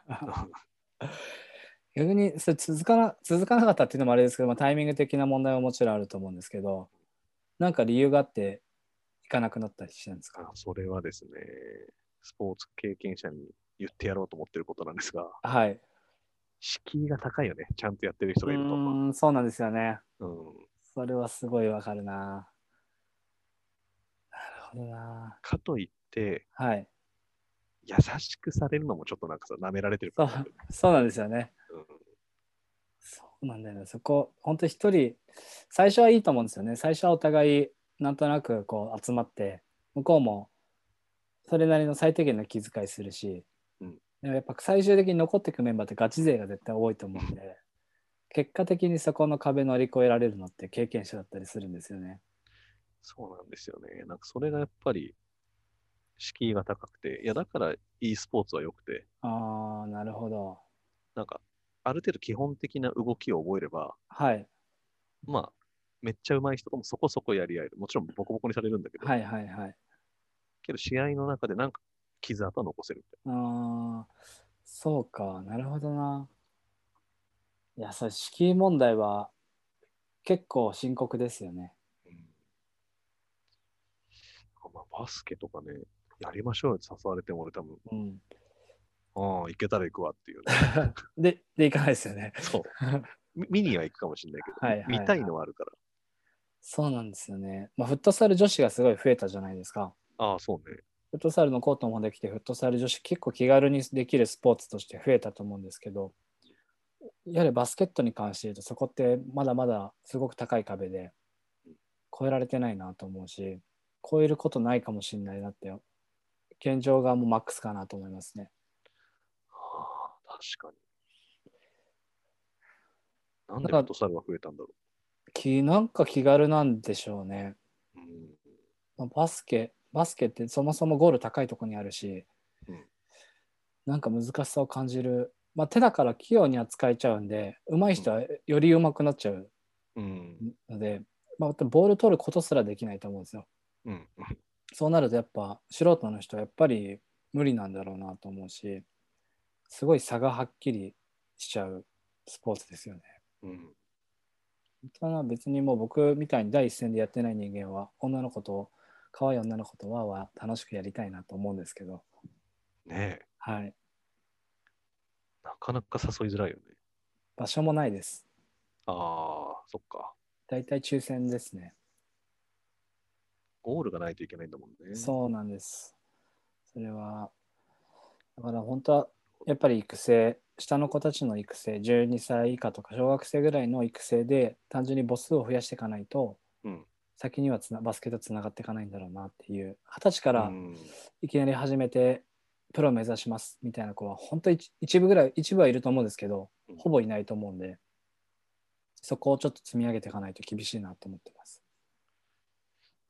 C: 行 ったね。
B: 逆にそれ続かな続かなかったっていうのもあれですけど、まあ、タイミング的な問題はもちろんあると思うんですけどなんか理由があって行かなくなったりしたんです
C: あ
B: か
C: それはですね、スポーツ経験者に言ってやろうと思ってることなんですが、
B: はい
C: 敷居が高いよね、ちゃんとやってる人がいると。うん
B: うんそうなんですよねそれはすごいわかるななるほどな
C: かといって、
B: はい
C: 優しくされるのもちょっとなんかさ、舐められてる
B: そう
C: 感じ
B: そうなんですよね
C: うん
B: そうなんだよねそこ本当一人最初はいいと思うんですよね最初はお互いなんとなくこう集まって向こうもそれなりの最低限の気遣いするし、
C: うん
B: でもやっぱ最終的に残っていくメンバーってガチ勢が絶対多いと思うんで結果的にそこの壁乗り越えられるのって経験者だったりするんですよね。
C: そうなんですよね。なんかそれがやっぱり、敷居が高くて、いや、だから e スポーツは良くて、
B: あーなるほど
C: なんか、ある程度基本的な動きを覚えれば、
B: はい
C: まあ、めっちゃ上手い人ともそこそこやり合える。もちろんボコボコにされるんだけど、
B: はいはいはい。
C: けど試合の中でなんか傷跡は残せるみたい
B: ああ、そうか、なるほどな。いや、それ、敷居問題は結構深刻ですよね。
C: な。なんかまあ、バスケとかね、やりましょうよって誘われても俺多分、
B: うん。
C: ああ、行けたら行くわっていう、ね。
B: で、で、いかないですよね。
C: そう。み見には行くかもしれないけど、
B: はいはいはい
C: 見たいのはあるから。
B: そうなんですよね。まあ、フットサル女子がすごい増えたじゃないですか。
C: ああ、そうね。
B: フットサルのコートもできて、フットサル女子結構気軽にできるスポーツとして増えたと思うんですけど、やはりバスケットに関して言うと、そこってまだまだすごく高い壁で、超えられてないなと思うし、超えることないかもしれないなって、現状がもうマックスかなと思いますね。
C: ああ、確かに。なん
B: だ
C: で
B: か
C: フ
B: ら
C: ットサルが増えたんだろ
B: きなんか気軽なんでしょうね。
C: うん
B: まあバスケ、バスケってそもそもゴール高いとこにあるし、
C: うん
B: なんか難しさを感じる。まあ、手だから器用に扱えちゃうんで、上手い人はより上手くなっちゃう
C: うん
B: ので、まあ、ボール取ることすらできないと思うんですよ。
C: うん
B: そうなるとやっぱ素人の人はやっぱり無理なんだろうなと思うし、すごい差がはっきりしちゃうスポーツですよね。
C: うん
B: ただ別にもう僕みたいに第一線でやってない人間は女の子と可愛い女の子とはは楽しくやりたいなと思うんですけど、
C: ねえ
B: はい、
C: なかなか誘いづらいよね。
B: 場所もないです。
C: ああ、そっか。
B: 大体抽選ですね。
C: ゴールがないといけないんだもんね。
B: そうなんです。それは、だから本当はやっぱり育成、下の子たちの育成、12歳以下とか小学生ぐらいの育成で単純に母数を増やしていかないと、
C: うん
B: 先にはつなバスケとつながっていかないんだろうなっていう、二十歳か
C: う
B: ら
C: ん
B: いきなり始めてプロ目指しますみたいな子は本当一一部ぐらい一部はいると思うんですけど
C: うん
B: ほぼいないと思うんでそこをちょっと積み上げていかないと厳しいなと思ってます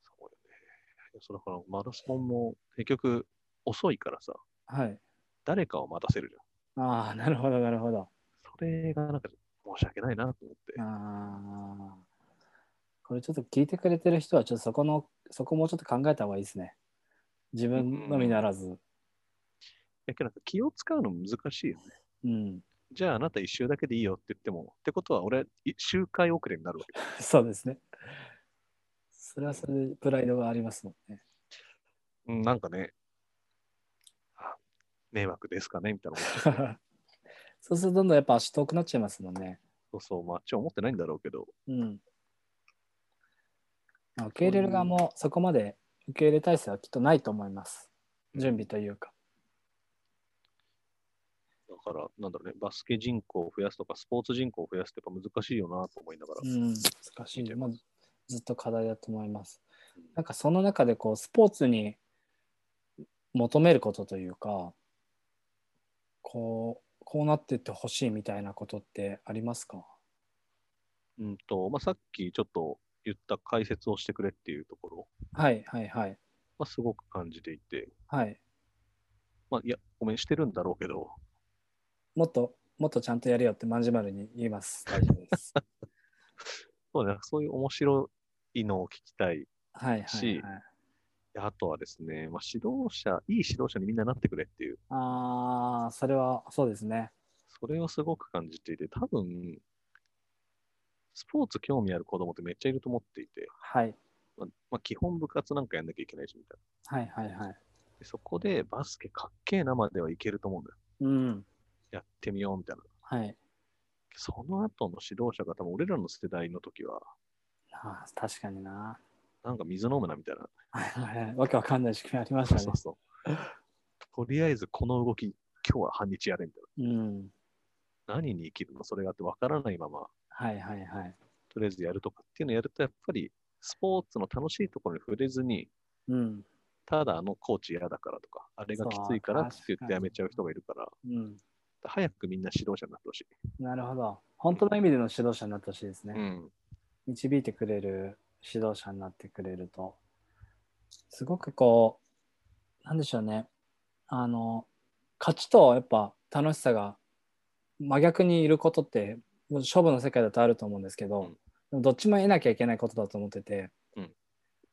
C: そうよね。そうだからマラソンも結局遅いからさ、
B: はい
C: 誰かを待たせるじゃん。
B: ああなるほどなるほど
C: それがなんか申し訳ないなと思って。
B: ああこれちょっと聞いてくれてる人はちょっとそこのそこもうちょっと考えた方がいいですね自分のみならず
C: だけどなんか気を使うの難しいよね。
B: うん
C: じゃああなた一周だけでいいよって言っても、ってことは俺、一周回遅れになるわけ。
B: そうですねそれはそれでプライドがありますもんね
C: うん、なんかね、あ迷惑ですかねみたいな思っちゃう
B: そうするとどんどんやっぱ足遠くなっちゃいますもんね。
C: そうそう、まあ、ちょ、思ってないんだろうけど、
B: うん。まあ受け入れる側もそこまで受け入れ体制はきっとないと思います。準備というか。
C: だから、なんだろうね、バスケ人口を増やすとか、スポーツ人口を増やすってやっぱ難しいよなと思いながら。
B: うん、難し
C: 見て
B: い。まあ、ずっと課題だと思います
C: うん。
B: なんかその中でこうスポーツに求めることというか、こう、こうなってってほしいみたいなことってありますか
C: うんと、まあ、さっきちょっと言った解説をしてくれっていうところ
B: はいはいはい。
C: はすごく感じていて、
B: はい。
C: まあ、いや、ごめん、してるんだろうけど、
B: もっと、もっとちゃんとやれよってまんじまるに言います。大丈夫です。
C: そうね、そういう面白いのを聞きたい。
B: はいはい、
C: し
B: はい。
C: であとはですね、まあ、指導者、いい指導者にみんななってくれっていう、
B: ああ、それはそうですね。
C: それをすごく感じていて、多分、スポーツ興味ある子供ってめっちゃいると思っていて、
B: はい。
C: まあ、まあ、基本部活なんかやんなきゃいけないし、みたい
B: はいはいはい。
C: な。でそこでバスケかっけえなまではいけると思うんだよ。
B: うん。
C: やってみようみたいな。
B: はい。
C: その後の指導者が多分俺らの世代の時は、
B: あー確かにな。
C: なんか水飲むなみたいな。
B: はいはいはい。わけわかんない仕組みありまし
C: そ
B: た
C: う
B: ね
C: そう。そう。とりあえずこの動き、今日は半日やれみたい
B: うん。
C: な。何に生きるのそれがあってわからないまま、
B: はいはいはい。
C: とりあえずやるとかっていうのをやると、やっぱりスポーツの楽しいところに触れずに、
B: うん。
C: ただあのコーチ嫌だからとか、あれがきついからって言ってやめちゃう人がいるから、
B: うん。
C: 早くみんな指導者になってほしい。
B: なるほど。本当の意味での指導者になってほしいですね。
C: ん。
B: 導いてくれる指導者になってくれると、すごくこう、なんでしょうね。あの、勝ちとやっぱ楽しさが真逆にいることって、勝負の世界だとあると思うんですけど、
C: うん
B: でもどっちも得なきゃいけないことだと思ってて、
C: うん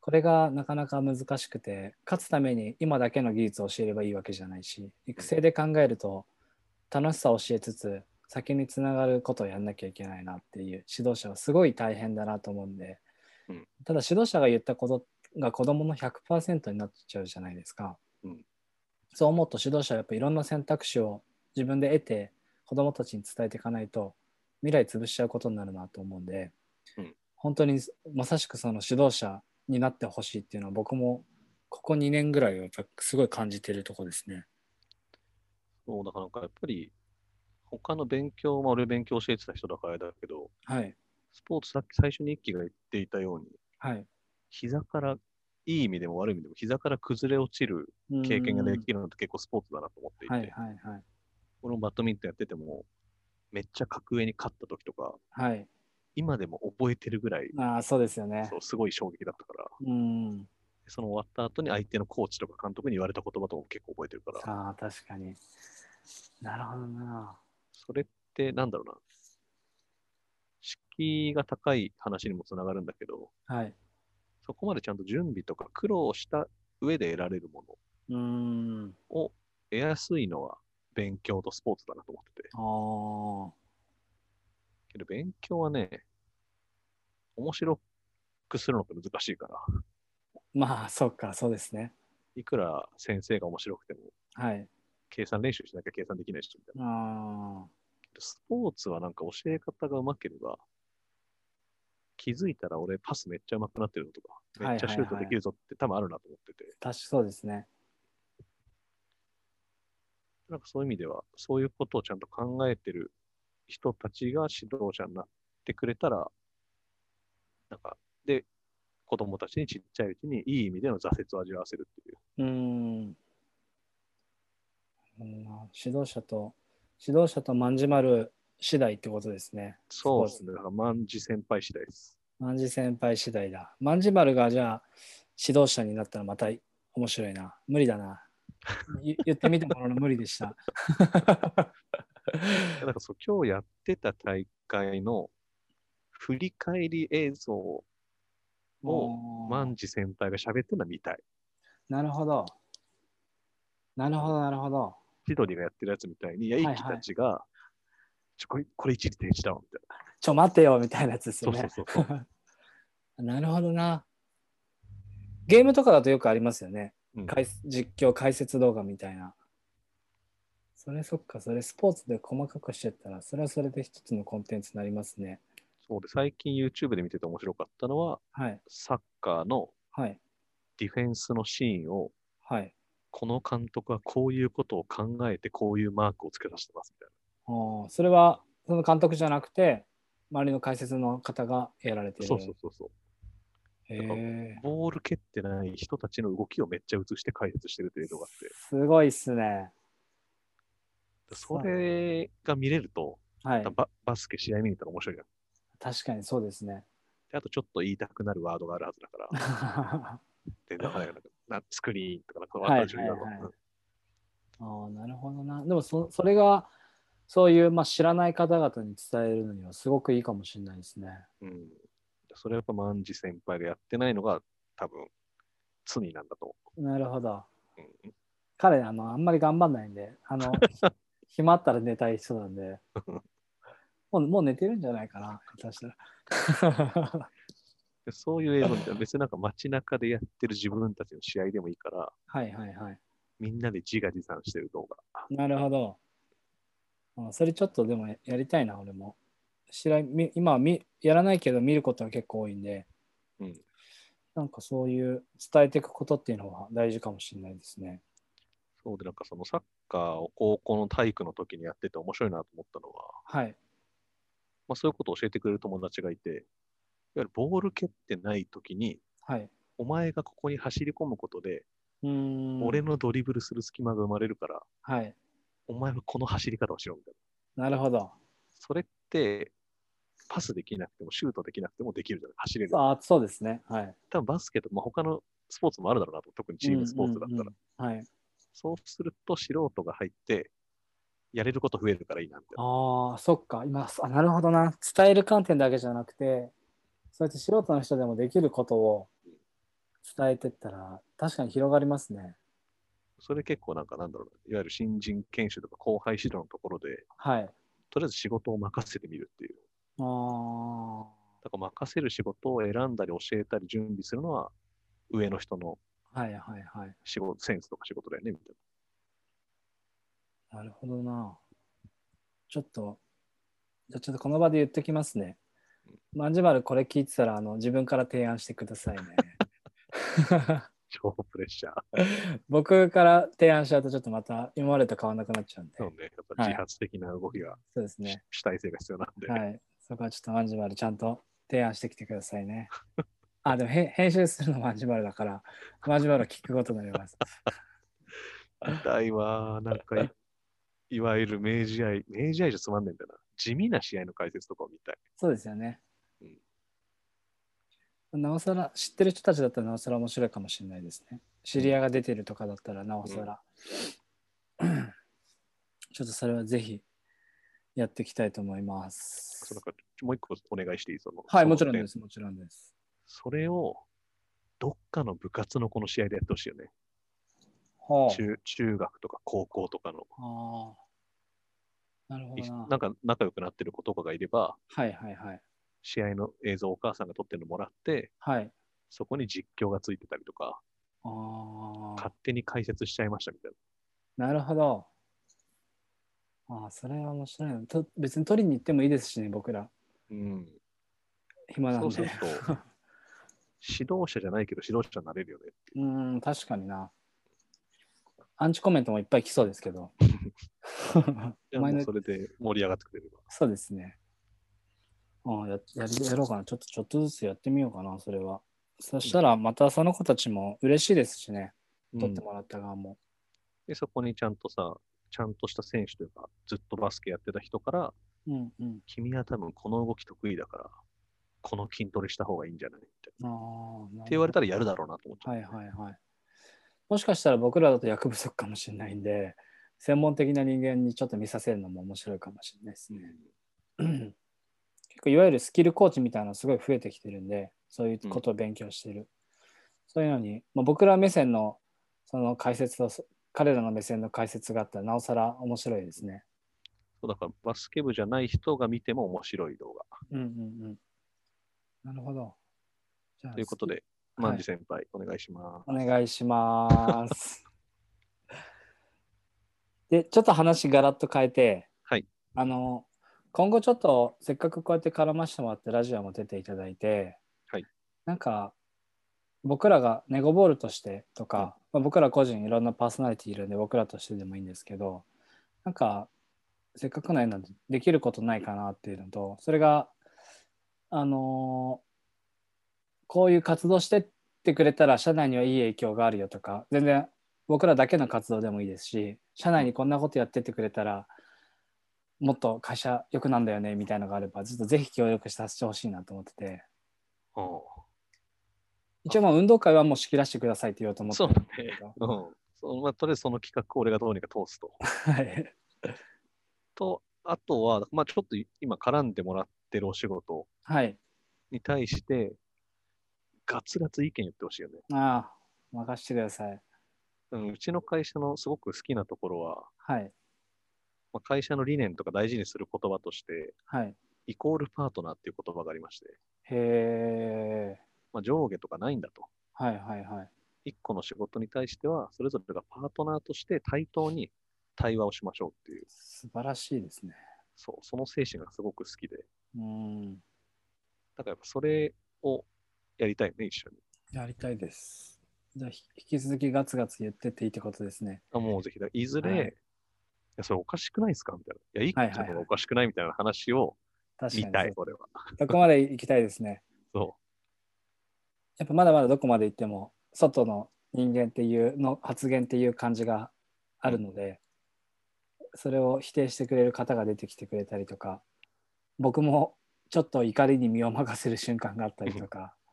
B: これがなかなか難しくて、勝つために今だけの技術を教えればいいわけじゃないし、育成で考えると楽しさを教えつつ、先につながることをやんなきゃいけないなっていう指導者はすごい大変だなと思うんで、
C: うん
B: ただ指導者が言ったことが子どもの100%になっちゃうじゃないですか、
C: うん
B: そう思うと指導者はやっぱいろんな選択肢を自分で得て子どもたちに伝えていかないと未来潰しちゃうことになるなと思うんで、
C: うん
B: 本当にまさしくその指導者になってほしいっていうのは僕もここ2年ぐらいはやっぱすごい感じてるとこですね。
C: そうだからなんかやっぱり、他の勉強、まあ俺勉強教えてた人だからあれだけど、
B: はい、
C: スポーツさっき最初に一輝が言っていたように、
B: はい、
C: 膝から、いい意味でも悪い意味でも膝から崩れ落ちる経験ができるのって結構スポーツだなと思っていて、
B: うんはいはいはい
C: 俺もバドミントンやってても、めっちゃ格上に勝った時とか、
B: はい
C: 今でも覚えてるぐらい、
B: ああ、そうですよね
C: そ。うすごい衝撃だったから、
B: うん。
C: その終わった後に相手のコーチとか監督に言われた言葉とかも結構覚えてるから、
B: ああ、確かに。なるほどな。
C: それってなんだろうな。敷居が高い話にもつながるんだけど、
B: はい。
C: そこまでちゃんと準備とか苦労した上で得られるもの
B: うん。
C: を得やすいのは勉強とスポーツだなと思ってて。
B: ああ。
C: けど勉強はね、面白くするのって難しいから、
B: まあ、そうか、そうですね。
C: いくら先生が面白くても、
B: はい。
C: 計算練習しなきゃ計算できないし、みたいな。
B: あ
C: スポーツはなんか教え方がうまければ、気づいたら俺パスめっちゃうまくなってるのとか、めっちゃシュートできるぞって多分あるなと思ってて、
B: あ、確かそうですね。
C: なんかそういう意味では、そういうことをちゃんと考えてる人たちが指導者になってくれたら、なんか、で、子供たちにちっちゃいうちにいい意味での挫折を味わわせるっていう。
B: うん。うん指導者と、指導者とまんじまる次第ってことですね。
C: そうですね。だから万事先輩次第です。
B: 万事先輩次第だ。万事丸がじゃあ指導者になったらまた面白いな。無理だな。ゆ 言ってみたものの無理でした。
C: なんかそう、今日やってた大会の振り返り映像を
B: おー
C: 万事先輩が喋ってるのは見たい。
B: なるほど。なるほど、なるほど。
C: シドニーがやってるやつみたいに、いや、
B: はいはい
C: いたちが、ちょこれ、これ一時停止だわ、みたいな。
B: ちょ、待てよみたいなやつです
C: そ
B: よ
C: うそ
B: ね
C: う。そうそう。
B: なるほどな。ゲームとかだとよくありますよね。
C: うん
B: 解説実況解説動画みたいな。それそっか、それスポーツで細かくしてったら、それはそれで一つのコンテンツになりますね。
C: そうで、最近 YouTube で見てて面白かったのは、
B: はい、
C: サッカーの
B: はい、
C: ディフェンスのシーンを、
B: はい。
C: この監督はこういうことを考えて、こういうマークをつけさせてますみたい
B: ああ、それはその監督じゃなくて、周りの解説の方がやられて
C: な。
B: る。
C: そうそうそうそう。
B: へえ
C: ボール蹴ってない人たちの動きをめっちゃ映して解説してるっていうのがあって、
B: すごいっすね。
C: それが見れると、
B: はい。
C: ババスケ試合見に行ったら面白いじゃん。
B: 確かにそうです ね。
C: であとちょっと言いたくなるワードがあるはずだから、
B: あ
C: でなか なかなスクリーンとかなんかわ
B: はい
C: か
B: はい
C: るでしょ今の
B: はい
C: うん
B: あ、なるほどな。でもそ、それが、そういう、まあ、知らない方々に伝えるのにはすごくいいかもしれないですね。
C: うん。それはやっぱ万事先輩がやってないのが多分罪なんだと思
B: なるほど。
C: う。うん
B: 彼、あの、あんまり頑張んないんで、あ の、暇あったら寝たい人なんで、もうもう寝てるんじゃないかな、下手したら。
C: でそういう映像みたいな、別になんか街中でやってる自分たちの試合でもいいから、
B: はいはいはい。
C: みんなで自画自賛してる動画。
B: なるほど。あそれちょっとでもややりたいな、俺も。知らみ今はみやらないけど見ることは結構多いんで、
C: うん
B: なんかそういう伝えていくことっていうのは大事かもしれないですね。
C: そうで、なんかそのサッカーを高校の体育の時にやってて面白いなと思ったのは、
B: はい。
C: まあ、そういうことを教えてくれる友達がいて、いわゆるボール蹴ってない時に、
B: はい。
C: お前がここに走り込むことで、
B: うーん。
C: 俺のドリブルする隙間が生まれるから、
B: はい。
C: お前はこの走り方をしろみたいな。
B: なるほど。
C: それって、パスできなくても、シュートできなくてもできるじゃない、走れる。
B: あそうですね。はい。
C: 多分バスケとか、まあ、他のスポーツもあるだろうなと、特にチームスポーツだったら。
B: うんうんうんはい。
C: そうすると、素人が入って、やれること増えるからいいなみたいな。
B: ああ、そっか。今、あなるほどな。伝える観点だけじゃなくて、そうやって素人の人でもできることを伝えてったら、確かに広がりますね。
C: それ結構なんかなんだろうな、いわゆる新人研修とか後輩指導のところで、
B: はい。
C: とりあえず仕事を任せてみるっていう。
B: あ
C: だから任せる仕事を選んだり教えたり準備するのは、上の人の
B: あ、はいはいはい。
C: 仕事、センスとか仕事だよね、みたい
B: なるほどな。ちょっと、じゃあちょっとこの場で言っときますね。まんじまるこれ聞いてたらあの自分から提案してくだ さいね。
C: な。超プレッシャー。
B: 僕から提案しちゃうとちょっとまた今までと変わらなくなっちゃうんで。
C: そうね、やっぱ自発的な動きが、
B: そうです
C: し
B: ね。
C: 主体性が必要なんで。
B: はい。そこはちょっとまんじまるちゃんと提案してきてくださいね。 あ、でもへ編集するのまんじまるだから、まんじまるを聞くことになります。
C: 痛いわー、なんかい、いわゆる明治愛、明治愛じゃつまんねえんだな。地味な試合の解説とかを見たい。
B: そうですよね。なおさら、知ってる人たちだったらなおさら面白いかもしれないですね。知り合いが出てるとかだったらなおさら。ちょっとそれはぜひやっていきたいと思いま
C: そ
B: す
C: うなん。かもう一個お願いしていいその
B: はい、
C: その
B: もちろん
C: 点
B: です、もちろんです。
C: それを、どっかの部活のこの試合でやってほしいよね。
B: はあ
C: 中中学とか高校とかの、
B: ああ。なるほ
C: い
B: どな。
C: なんか仲良くなってる子とかがいれば、
B: はいはいはい。
C: 試合の映像をお母さんが撮ってるのもらって、
B: はい。
C: そこに実況がついてたりとか、
B: ああ
C: 勝。手に解説しちゃいましたみたい
B: なるほど。ああ、それは面白いなと。別に取りに行ってもいいですしね、僕ら。
C: な。うん。
B: 暇なん
C: そう
B: で。
C: する と、指導者じゃないけど指導者になれるよねっていう
B: うーん、確かにな。アンチコメントもいっぱい来そうです けど。
C: じゃあ
B: 前
C: も
B: の
C: うそれで盛り上がってくれれば。
B: そうですね。うん、ややりやろうかな。ちょっと、ちょっとずつやってみようかな、それは。そしたら、またその子たちも嬉しいですしね。取って
C: うん
B: もらった側も。
C: で、そこにちゃんとさ、ちゃんとした選手というか、ずっとバスケやってた人から、
B: うん、うん、
C: 君は多分この動き得意だから、この筋トレした方がいいんじゃないみたいな。
B: ああ、なるほど
C: って言われたらやるだろうなと思っちゃう。
B: はいはいはい。もしかしたら僕らだと役不足かもしれないんで、専門的な人間にちょっと見させるのも面白いかもしれないです
C: う
B: ね。
C: ん
B: 結構いわゆるスキルコーチみたいなのすごい増えてきてるんでそういうことを勉強してる、そういうのに、まあ、僕ら目線のその解説とそ彼らの目線の解説があったらなおさら面白いですね
C: そうだからバスケ部じゃない人が見ても面白い動画。
B: うんうんうんなるほどじゃあ
C: ということで、
B: はい
C: 万事先輩、お願いします。
B: お願いします。 で、ちょっと話ガラッと変えて、
C: はい
B: あの、今後ちょっとせっかくこうやって絡ましてもらってラジオも出ていただいて、
C: はい
B: なんか僕らがネゴボールとしてとか、まあ、僕ら個人いろんなパーソナリティいるんで僕らとしてでもいいんですけど、なんかせっかくないのでできることないかなっていうのと、それが、あのこういう活動してってくれたら社内にはいい影響があるよとか全然僕らだけの活動でもいいですし社内にこんなことやってってくれたらもっと会社良くなんだよねみたいのがあればちょっとぜひ協力させてほしいなと思ってて
C: うん
B: 一応まあ運動会はもう仕切らせてくださいって言おうと思って
C: そうだね
B: るんですけど。
C: うんそのまあ、とりあえずその企画を俺がどうにか通すと。
B: はい
C: と、あとは、まあ、ちょっと今絡んでもらってるお仕事
B: はい
C: に対して、ガツガツ意見言ってほしいよね、
B: ああ任してください
C: うん。うちの会社のすごく好きなところは、
B: はい
C: まあ、会社の理念とか大事にする言葉として、
B: はい
C: イコールパートナーっていう言葉がありまして、
B: へえ
C: まあ、上下とかないんだと。
B: はいはいはい
C: 一個の仕事に対しては、それぞれがパートナーとして対等に対話をしましょうっていう、
B: 素晴らしいですね
C: そうその精神がすごく好きで、
B: うん
C: だからやっぱそれをやりたいよね、一緒に。
B: やりたいですじゃあひ引き続きガツガツ言ってっていいってことですね
C: あもうぜひだ、いずれ、
B: はい
C: い、や、それおかしくないですかみたいな。いや、
B: はい
C: い
B: はい
C: こ
B: い
C: とがおかしくないみたいな話を
B: 確
C: 見
B: かに
C: た
B: そ
C: い、
B: う
C: 俺は。
B: どこまで行きたいですね。
C: そ
B: やっぱまだまだどこまで行っても外の人間っていうの発言っていう感じがあるので、それを否定してくれる方が出てきてくれたりとか僕もちょっと怒りに身を任せる瞬間があったりとか
C: う。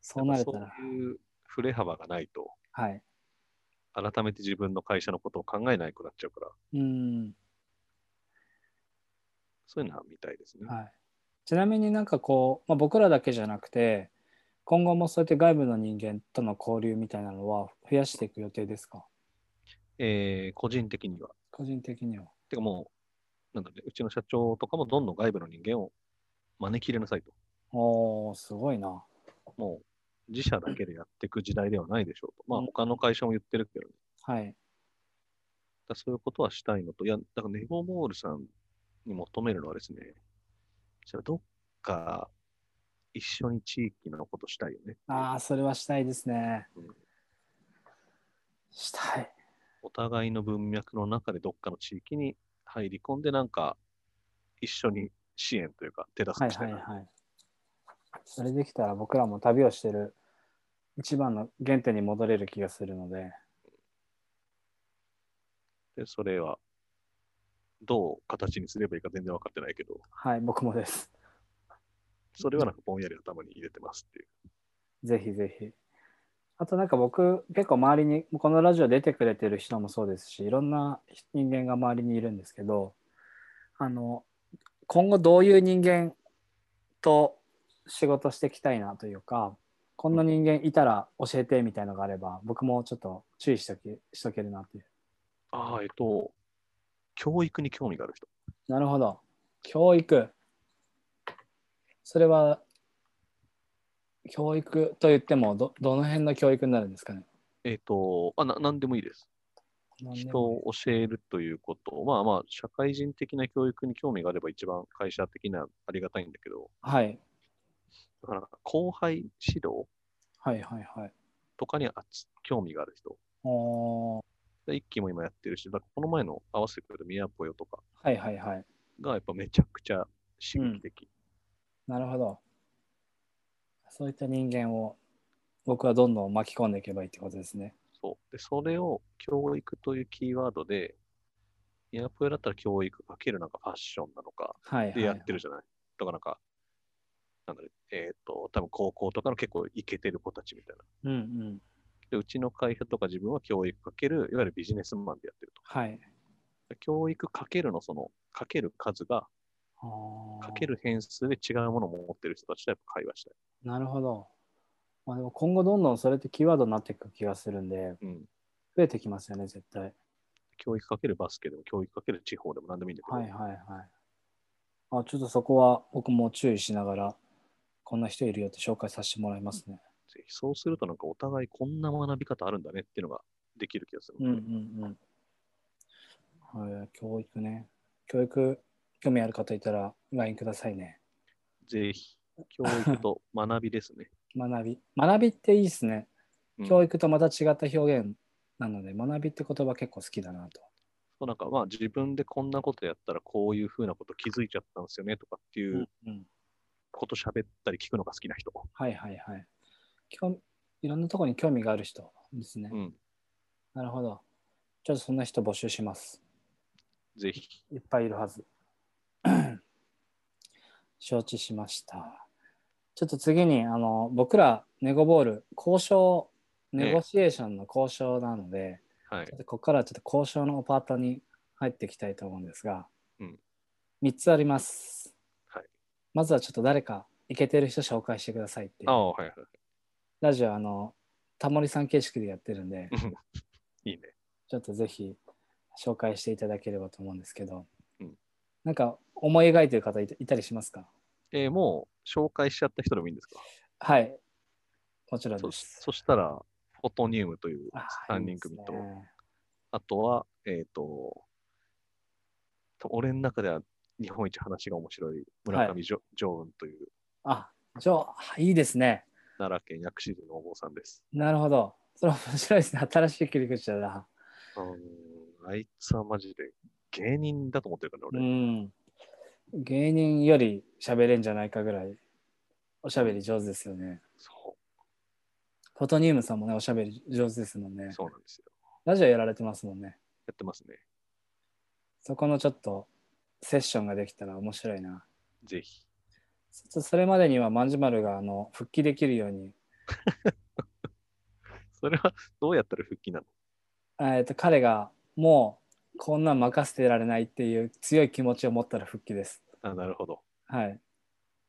B: そうなれた
C: やっ
B: ら
C: ぱそういう触れ幅がないと、
B: はい
C: 改めて自分の会社のことを考えないくなっちゃうから、
B: うん
C: そういうのは見たいですね。
B: はい、ちなみになんかこう、まあ、僕らだけじゃなくて今後もそうやって外部の人間との交流みたいなのは増やしていく予定ですか
C: えー個人的には。
B: 個人的には
C: てかもう、なんだね、うちの社長とかもどんどん外部の人間を招き入れなさいと。
B: おーすごいな
C: もう、自社だけでやっていく時代ではないでしょうと。まあ、
B: うん
C: 他の会社も言ってるけどね。
B: はい
C: だからそういうことはしたいのと、いや、だからネゴボールさんに求めるのはですね、じゃあどっか一緒に地域のことしたいよね。
B: ああ、それはしたいですね
C: うん。
B: したい。
C: お互いの文脈の中でどっかの地域に入り込んで、なんか一緒に支援というか手助
B: はい
C: けした
B: はいい
C: な。
B: はい。それできたら僕らも旅をしてる一番の原点に戻れる気がするので、
C: で、それはどう形にすればいいか全然分かってないけど、
B: はい、僕もです。
C: それはなんかぼんやり頭に入れてますっていう。
B: ぜひぜひ。あとなんか僕、結構周りに、このラジオ出てくれてる人もそうですし、いろんな人間が周りにいるんですけど、あの、今後どういう人間と仕事していきたいなというか、こんな人間いたら教えてみたいのがあれば、僕もちょっと注意しとけしとけるなっていう。
C: ああ、えっと、教育に興味がある人。
B: なるほど。教育。それは、教育と言ってもど、どの辺の教育になるんですかね。
C: えっと、あな何でもいいです。
B: 何で
C: 人
B: も
C: を教えるということ、まあまあ、社会人的な教育に興味があれば一番会社的にはありがたいんだけど、
B: はい。
C: だから後輩指導
B: はいはいはい。
C: とかにあつ興味がある人。
B: おー
C: で一期も今やってるし、だからこの前の合わせてくれた宮ぽよとか
B: はいはいはい。
C: がやっぱめちゃくちゃ刺激的。
B: なるほど。そういった人間を僕はどんどん巻き込んでいけばいいってことですね。
C: そう。で、それを教育というキーワードで、宮ぽよだったら教育かけるなんかファッションなのか
B: はいはい、
C: でやってるじゃない。とかなんか、なんだろう、えっ、と、多分高校とかの結構イケてる子たちみたいな。
B: うんうん。
C: で、うちの会社とか自分は教育かける、いわゆるビジネスマンでやってると。
B: はい。
C: で教育かけるのその、かける数が、かけ
B: る。
C: る変数で違うものを持ってる人たちとやっぱ会話したい。
B: なるほど。まあ、でも今後どんどんそれってキーワードになっていく気がするんで、
C: うん。
B: 増えてきますよね、絶対。
C: 教育かけるバスケでも、教育かける地方でも何でもいいんだけど、
B: はいはいはい。あちょっとそこは僕も注意しながら、こんな人いるよって紹介させてもらいますね。
C: ぜひそうするとなんかお互いこんな学び方あるんだねっていうのができる気がする。
B: うんうんうん。はい、教育ね。教育、興味ある方いたら LINE くださいね。
C: ぜひ、教育と学びですね。
B: 学び。学びっていいですね。
C: うん
B: 教育とまた違った表現なので、学びって言葉結構好きだなと。
C: そうなんかまあ自分でこんなことやったらこういうふうなこと気づいちゃったんですよねとかっていう
B: うん、
C: こと喋ったり聞くのが好きな人。
B: はいはいはい。興味いろんなところに興味がある人ですね。
C: うん。
B: なるほど。ちょっとそんな人募集します。
C: ぜひ。
B: いっぱいいるはず。 承知しました。ちょっと次にあの僕らネゴボール交渉
C: ええ
B: ネゴシエーションの交渉なので、
C: はい
B: ちょ。っとここからはちょっと交渉のパートに入っていきたいと思うんですが、
C: うん
B: 3つあります、
C: はい
B: まずはちょっと誰かイケてる人紹介してくださいってい
C: あ
B: う
C: あ、はいはいは
B: ラジオあのタモリさん形式でやってるんで
C: い。いいね。
B: ちょっとぜひ紹介していただければと思うんですけど、
C: うん
B: なんか思い描いてる方いたいたりしますか
C: えーもう紹介しちゃった人でもいいんですか
B: はい。もちろん
C: そ
B: です。
C: そしたら、フォトニウムという
B: あ
C: 3人組と、
B: いいですね
C: あとは、えっ、と、と俺の中では日本一話が面白い村上ジョジョーンという
B: あ、じゃあ、いいですね。
C: 奈良県薬師寺のお坊さんです。
B: なるほど。それ面白いですね。新しい切り口だな。
C: うーんあいつはマジで芸人だと思ってるから
B: う
C: 俺。
B: ん。芸人より喋れんじゃないかぐらい、おしゃべり上手ですよね。
C: そ
B: フォトニウムさんもね、おしゃべり上手ですもんね
C: う、。そうなんですよ。
B: ラジオやられてますもんね。
C: やってますね。
B: そこのちょっとセッションができたら面白いな。
C: ぜひ。
B: ちょっとそれまでにはまんじまるがあの復帰できるように、
C: それはどうやったら復帰なの
B: えー、と彼がもうこんなん任せてられないっていう強い気持ちを持ったら復帰です。
C: あ、なるほど。
B: はい、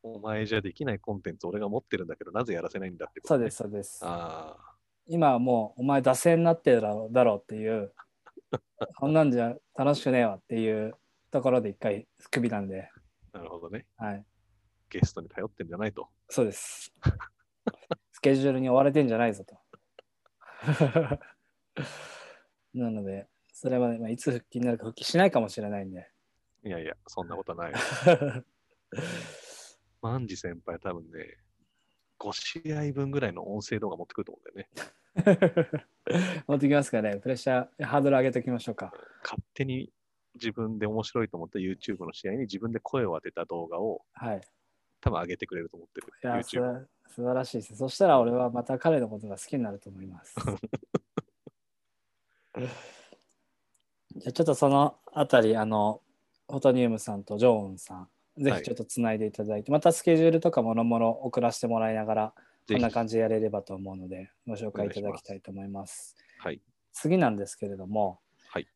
C: お前じゃできないコンテンツ俺が持ってるんだけど、なぜやらせないんだってこと
B: そう
C: ね、
B: です、そうです。
C: ああ、
B: 今はもうお前、惰性になってるだろうだろうっていう、 こんなんじゃ楽しくねえわっていうところで一回クビなんで、
C: なるほどね。
B: はい、
C: ゲストに頼ってんじゃないと。
B: そうです。スケジュールに追われてんじゃないぞと。 なので、それまで、まあ、いつ復帰になるか復帰しないかもしれないんで。
C: いやいや、そんなことはない。万事先輩多分ね、5試合分ぐらいの音声動画持ってくると思うんだよね。
B: 持ってきますかね。プレッシャー、ハードル上げておきましょうか。
C: 勝手に自分で面白いと思った YouTube の試合に自分で声を当てた動画を
B: はい。
C: 多分上げてくれると思ってる。
B: いや、す
C: YouTube。
B: ば素晴らしいです。そしたら俺はまた彼のことが好きになると思 います。じゃあちょっとそのあたり、あの、フォトニウムさんとジョーンさん、ぜひちょっとつないでいただいて、またスケジュールとかもろもろ送らせてもらいながら、
C: ぜ
B: こん
C: ひ
B: な感じでやれればと思うので、ご紹介いただきたいと思います。
C: はい。
B: 次なんですけれども、
C: はい、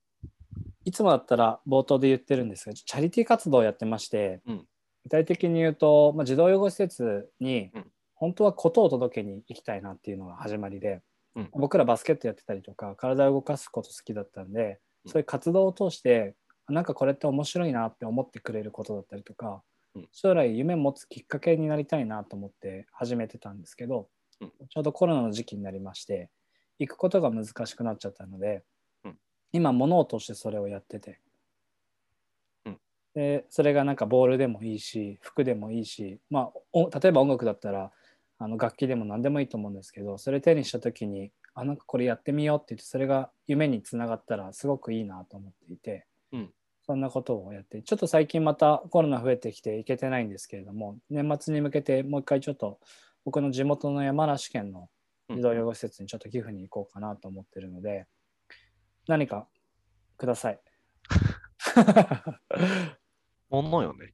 B: つもだったら冒頭で言ってるんですが、チャリティー活動をやってまして、
C: うん
B: 具体的に言うと、まあ、児童養護施設に
C: うん
B: 本当はことを届けに行きたいなっていうのが始まりで、
C: うん
B: 僕らバスケットやってたりとか、体を動かすこと好きだったんで、
C: うん
B: そういう活動を通して、なんかこれって面白いなって思ってくれることだったりとか、
C: うん
B: 将来夢持つきっかけになりたいなと思って始めてたんですけど、
C: うん
B: ちょうどコロナの時期になりまして行くことが難しくなっちゃったので、
C: うん
B: 今物を通してそれをやってて、
C: うん
B: でそれがなんかボールでもいいし服でもいいし、まあ、お例えば音楽だったらあの楽器でも何でもいいと思うんですけどそれ手にした時にあなんかこれやってみようって言ってそれが夢につながったらすごくいいなと思っていて。そんなことをやって、ちょっと最近またコロナ増えてきて行けてないんですけれども、年末に向けてもう一回ちょっと僕の地元の山梨県の
C: うん
B: 児童養護施設にちょっと寄付に行こうかなと思ってるので、何かく ださい。
C: ものよね。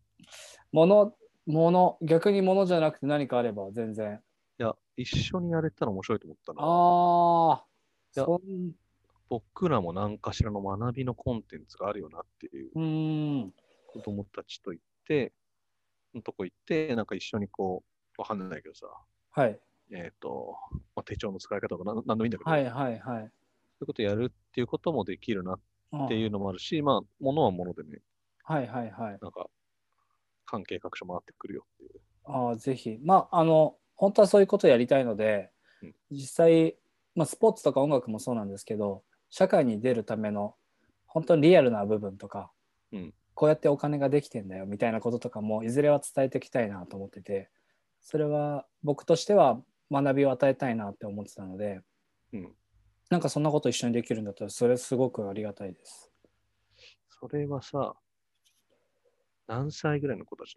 B: 物、物、逆に物じゃなくて何かあれば全然。
C: いや、一緒にやれたら面白いと思ったな。
B: ああ、
C: いや
B: そん
C: 僕らも何かしらの学びのコンテンツがあるよなっていう
B: うーん、
C: 子供たちと行って、のとこ行って、なんか一緒にこう、わかんないけどさ、
B: はい、
C: えっ、と、まあ、手帳の使い方とかなんなんでもいいんだけど、
B: は
C: そ
B: い、はい、は
C: う
B: い。
C: いうことやるっていうこともできるな
B: あ
C: っていうのもあるし、まあ、ものはものでね、
B: はい、はい、はい。
C: なんか、関係各所回ってくるよっていう。
B: ああ、ぜひ。まあ、あの、本当はそういうことやりたいので
C: うん、
B: 実際、まあ、スポーツとか音楽もそうなんですけど、社会に出るための、本当にリアルな部分とか、
C: うん
B: こうやってお金ができてんだよみたいなこととかも、いずれは伝えていきたいなと思ってて、それは僕としては学びを与えたいなって思ってたので、
C: うん。
B: なんかそんなこと一緒にできるんだったら、それすごくありがたいです。
C: それはさ、何歳ぐらいの子たち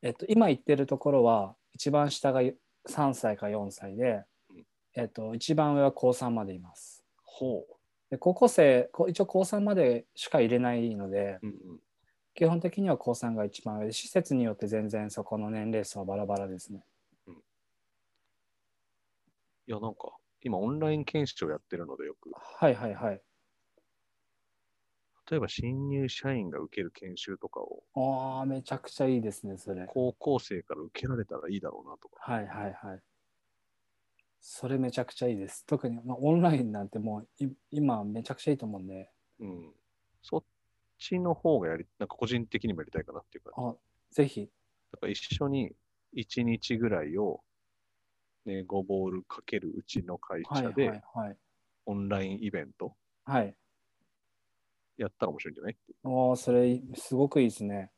B: えっと、今言ってるところは一番下が3歳か4歳で
C: うん、
B: えっと、一番上は高3までいます。
C: ほ
B: で高校生こ一応高3までしか入れないので
C: う。うんうん。
B: 基本的には高3が一番上で施設によって全然そこの年齢層はバラバラですね。
C: いや、なんか、今オンライン研修をやってるのでよく、
B: はいはいはい。
C: 例えば新入社員が受ける研修とかを、
B: ああめちゃくちゃいいですねそれ。はい
C: 高校生から受けられたらいいだろうなとか。
B: はいはい。それめちゃくちゃいいです。特に、まあ、オンラインなんてもうい今めちゃくちゃいいと思うんで
C: うん。そっちの方がやり、なんか個人的にもやりたいかなっていうか、
B: あぜひ
C: だから一緒に1日ぐらいを、ね、5ボールかけるうちの会
B: はい
C: 社
B: はい
C: で
B: はい。
C: オンラインイベント
B: はい
C: やったら面白いんじゃないっていう
B: ああ、それ、すごくいいですね。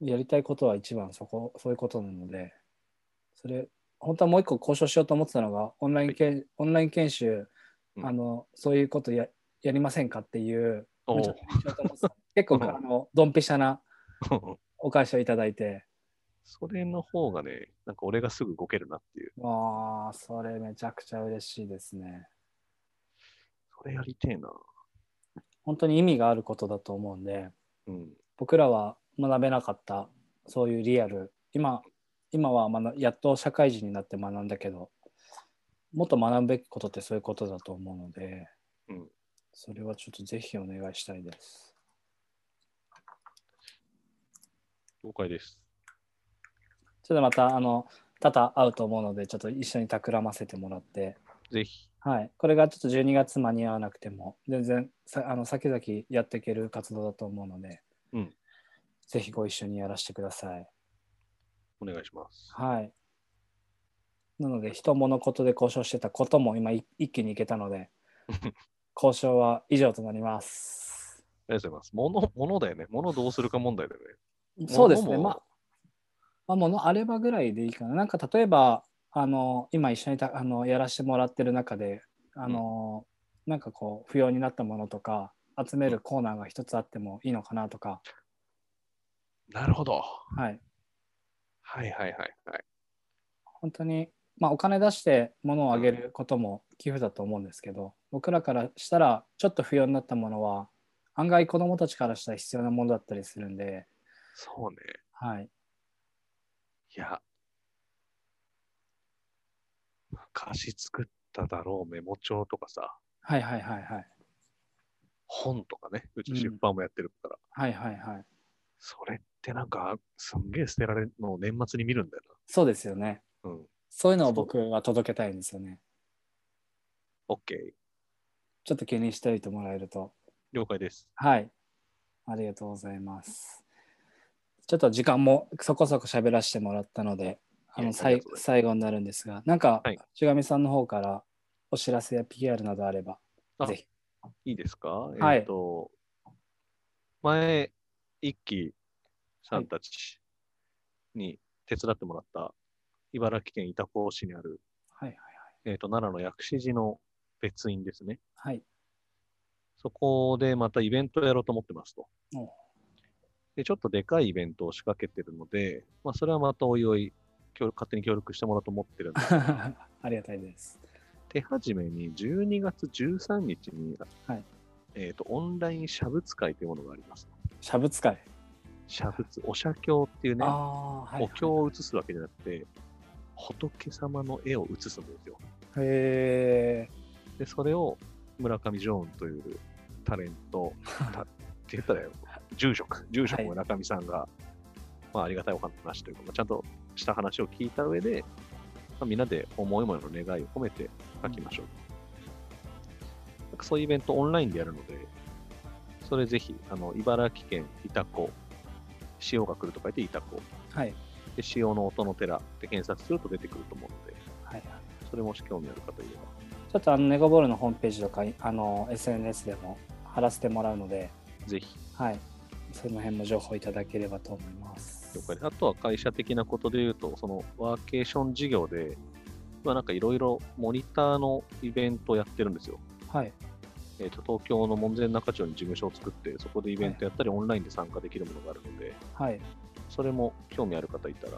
B: やりたいことは一番そこ、そういうことなので、それ、本当はもう一個交渉しようと思ってたのが、オンライン研、オンライン研修、
C: うん
B: あの、そういうことや、やりませんかっていう、
C: お
B: めちゃくちゃしようと思 ってた結構、
C: うん
B: あの、ドンピシャな
C: ー
B: お返しをいただいて、
C: それの方がね、なんか俺がすぐ動けるなっていう。
B: ああ、それめちゃくちゃ嬉しいですね。
C: それやりてえな。
B: 本当に意味があることだと思うんで、
C: うん。
B: 僕らは学べなかったそういうリアル今今はまだやっと社会人になって学んだけどもっと学ぶべきことってそういうことだと思うので、
C: うん
B: それはちょっとぜひお願いしたいです
C: 了解です。
B: ちょっとまたあの多々会うと思うのでちょっと一緒に企ませてもらって
C: ぜひ。
B: はいこれがちょっと12月間に合わなくても全然さあの先々やっていける活動だと思うので、
C: うん
B: ぜひご一緒にやらせてください
C: お願いします。
B: はい。なので、人物ことで交渉してたことも今い一気にいけたの で、交渉は以上となります。
C: ありがとうございます。もの、ものだよね。ものどうするか問題だよね。
B: そうですね。
C: 物も
B: まあ、まあ、ものあればぐらいでいいかな。なんか例えば、あの、今一緒にたあのやらせてもらってる中で、あの、なんかこう、不要になったものとか、集めるコーナーが一つあってもいいのかなとか、
C: なるほど。
B: はい。
C: はいはいはいはい。
B: 本当に、まあ、お金出して物をあげることも寄付だと思うんですけど、僕らからしたらちょっと不要になったものは案外子どもたちからしたら必要なものだったりするんで、
C: そうね。
B: はい、
C: いや、昔作っただろうメモ帳とかさ、
B: はいはいはいはい。
C: 本とかね、う
B: う
C: ち
B: ん
C: 出版もやってるから、
B: はいはいはい。
C: それってなんか、すんげえ捨てられるのを年末に見るんだよ
B: そうですよね。
C: な。うん。
B: そういうのを僕は届けたいんですよね。
C: OK。
B: ちょっと気にしておいてもらえると。
C: 了解です。
B: はい。ありがとうございます。ちょっと時間もそこそこ喋らせてもらったので、あ
C: い
B: の
C: や
B: さ
C: あり
B: い
C: がとうございます
B: 最後になるんですが、なんか、
C: はい
B: しがみさんの方からお知らせや PR などあれば、
C: あ
B: ぜひ。
C: いいですか、
B: はい
C: えっ、と、前、一期さんたちに手伝ってもらった、茨城県潮来市にある、
B: はいはい
C: えっ、と、奈良の薬師寺の別院ですね。
B: はい。はい。
C: そこでまたイベントをやろうと思ってますと
B: お。
C: で、ちょっとでかいイベントを仕掛けてるので、まあ、それはまたおいおい、協力、勝手に協力してもらおうと思ってるんで
B: ありがたい です。
C: 手始めに12月13日に、
B: はい
C: えっ、と、オンライン写仏会というものがあります。
B: しゃぶ使い。
C: 写仏、お写経っていうね、
B: ああー、はい、
C: お
B: はい。
C: 経を写すわけじゃなくて、仏様の絵を写すんですよ。
B: へ
C: で、それを村上ジョーンというタレント、たって言ったらよ、住職、住職
B: はい
C: 村上さんが、まあ、ありがたいお話というか、まあちゃんとした話を聞いた上で、まあ、みんなで思い思いの願いを込めて書きましょう。なんかそういうイベントオンラインでやるので、それぜひ、あの、茨城県潮来、潮が来ると書いて潮来。
B: ーはい。
C: で、潮の音の寺で検索すると出てくると思うので、
B: はいはい。
C: それもし興味ある方いれば。
B: ちょっとあのネゴボールのホームページとかあの SNS でも貼らせてもらうので、
C: ぜひ、
B: はい、その辺も情報いただければと思います。
C: 了解ですあとは会社的なことで言うと、そのワーケーション事業で、今なんかいろいろモニターのイベントをやってるんですよ。
B: はい、
C: えっ、と、東京の門前仲町に事務所を作って、そこでイベントやったり、オンラインで参加できるものがあるので、
B: はい、
C: それも興味ある方いたら、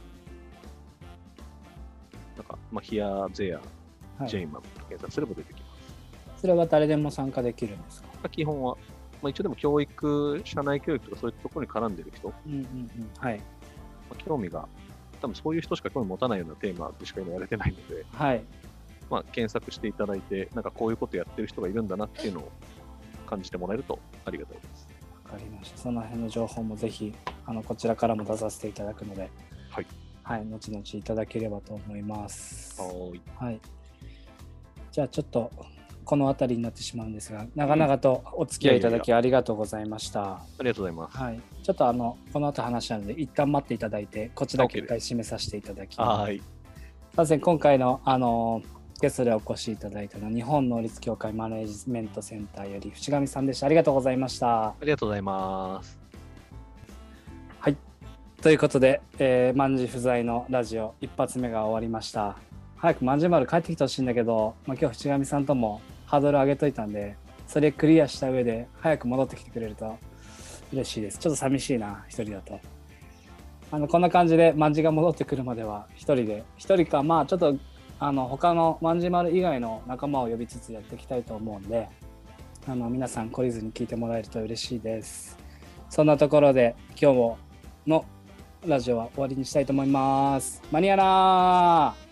C: なんか、まあ、ヒア、ゼ
B: は
C: ア、
B: い。
C: ジェイマンと検索すれば出てきます。
B: それは誰でも参加できるんですか
C: まあ基本は、まあ、一応でも教育、社内教育とかそういうところに絡んでる人、ま
B: うんうんうん。はい、
C: あ興味が、多分そういう人しか興味持たないようなテーマでしか今やれてないので、
B: はい、
C: まあ、検索していただいて、なんかこういうことやってる人がいるんだなっていうのを感じてもらえるとありがたいです。
B: わかりました。その辺の情報もぜひ、あのこちらからも出させていただくので、
C: はい、
B: はい、後々いただければと思います。
C: はい。
B: はい。じゃあちょっとこの辺りになってしまうんですが、長々とお付き合いいただ
C: いやいやい
B: きありがとうございました。
C: ありがとうございます。
B: はい。ちょっとあのこの後話なので一旦待っていただいてこちら一
C: OK
B: 回締めさせていただきます。
C: はい。
B: すいません今回のあのゲストでお越しいただいたのは日本能力協会マネジメントセンターより淵上さんでした。ありがとうございました。
C: ありがとうございます。
B: ということで、えー、万事不在のラジオ一発目が終わりました。早く万事丸帰ってきてほしいんだけど、まあ、今日淵上さんともハードル上げといたんで、それクリアした上で早く戻ってきてくれると嬉しいです。ちょっと寂しいな、一人だと。あのこんな感じで万事が戻ってくるまでは一人で、一人か、まあちょっとあの他の万事丸以外の仲間を呼びつつやっていきたいと思うんで、あの皆さん懲りずに聞いてもらえると嬉しいです。そんなところで今日ものラジオは終わりにしたいと思います。マニアラー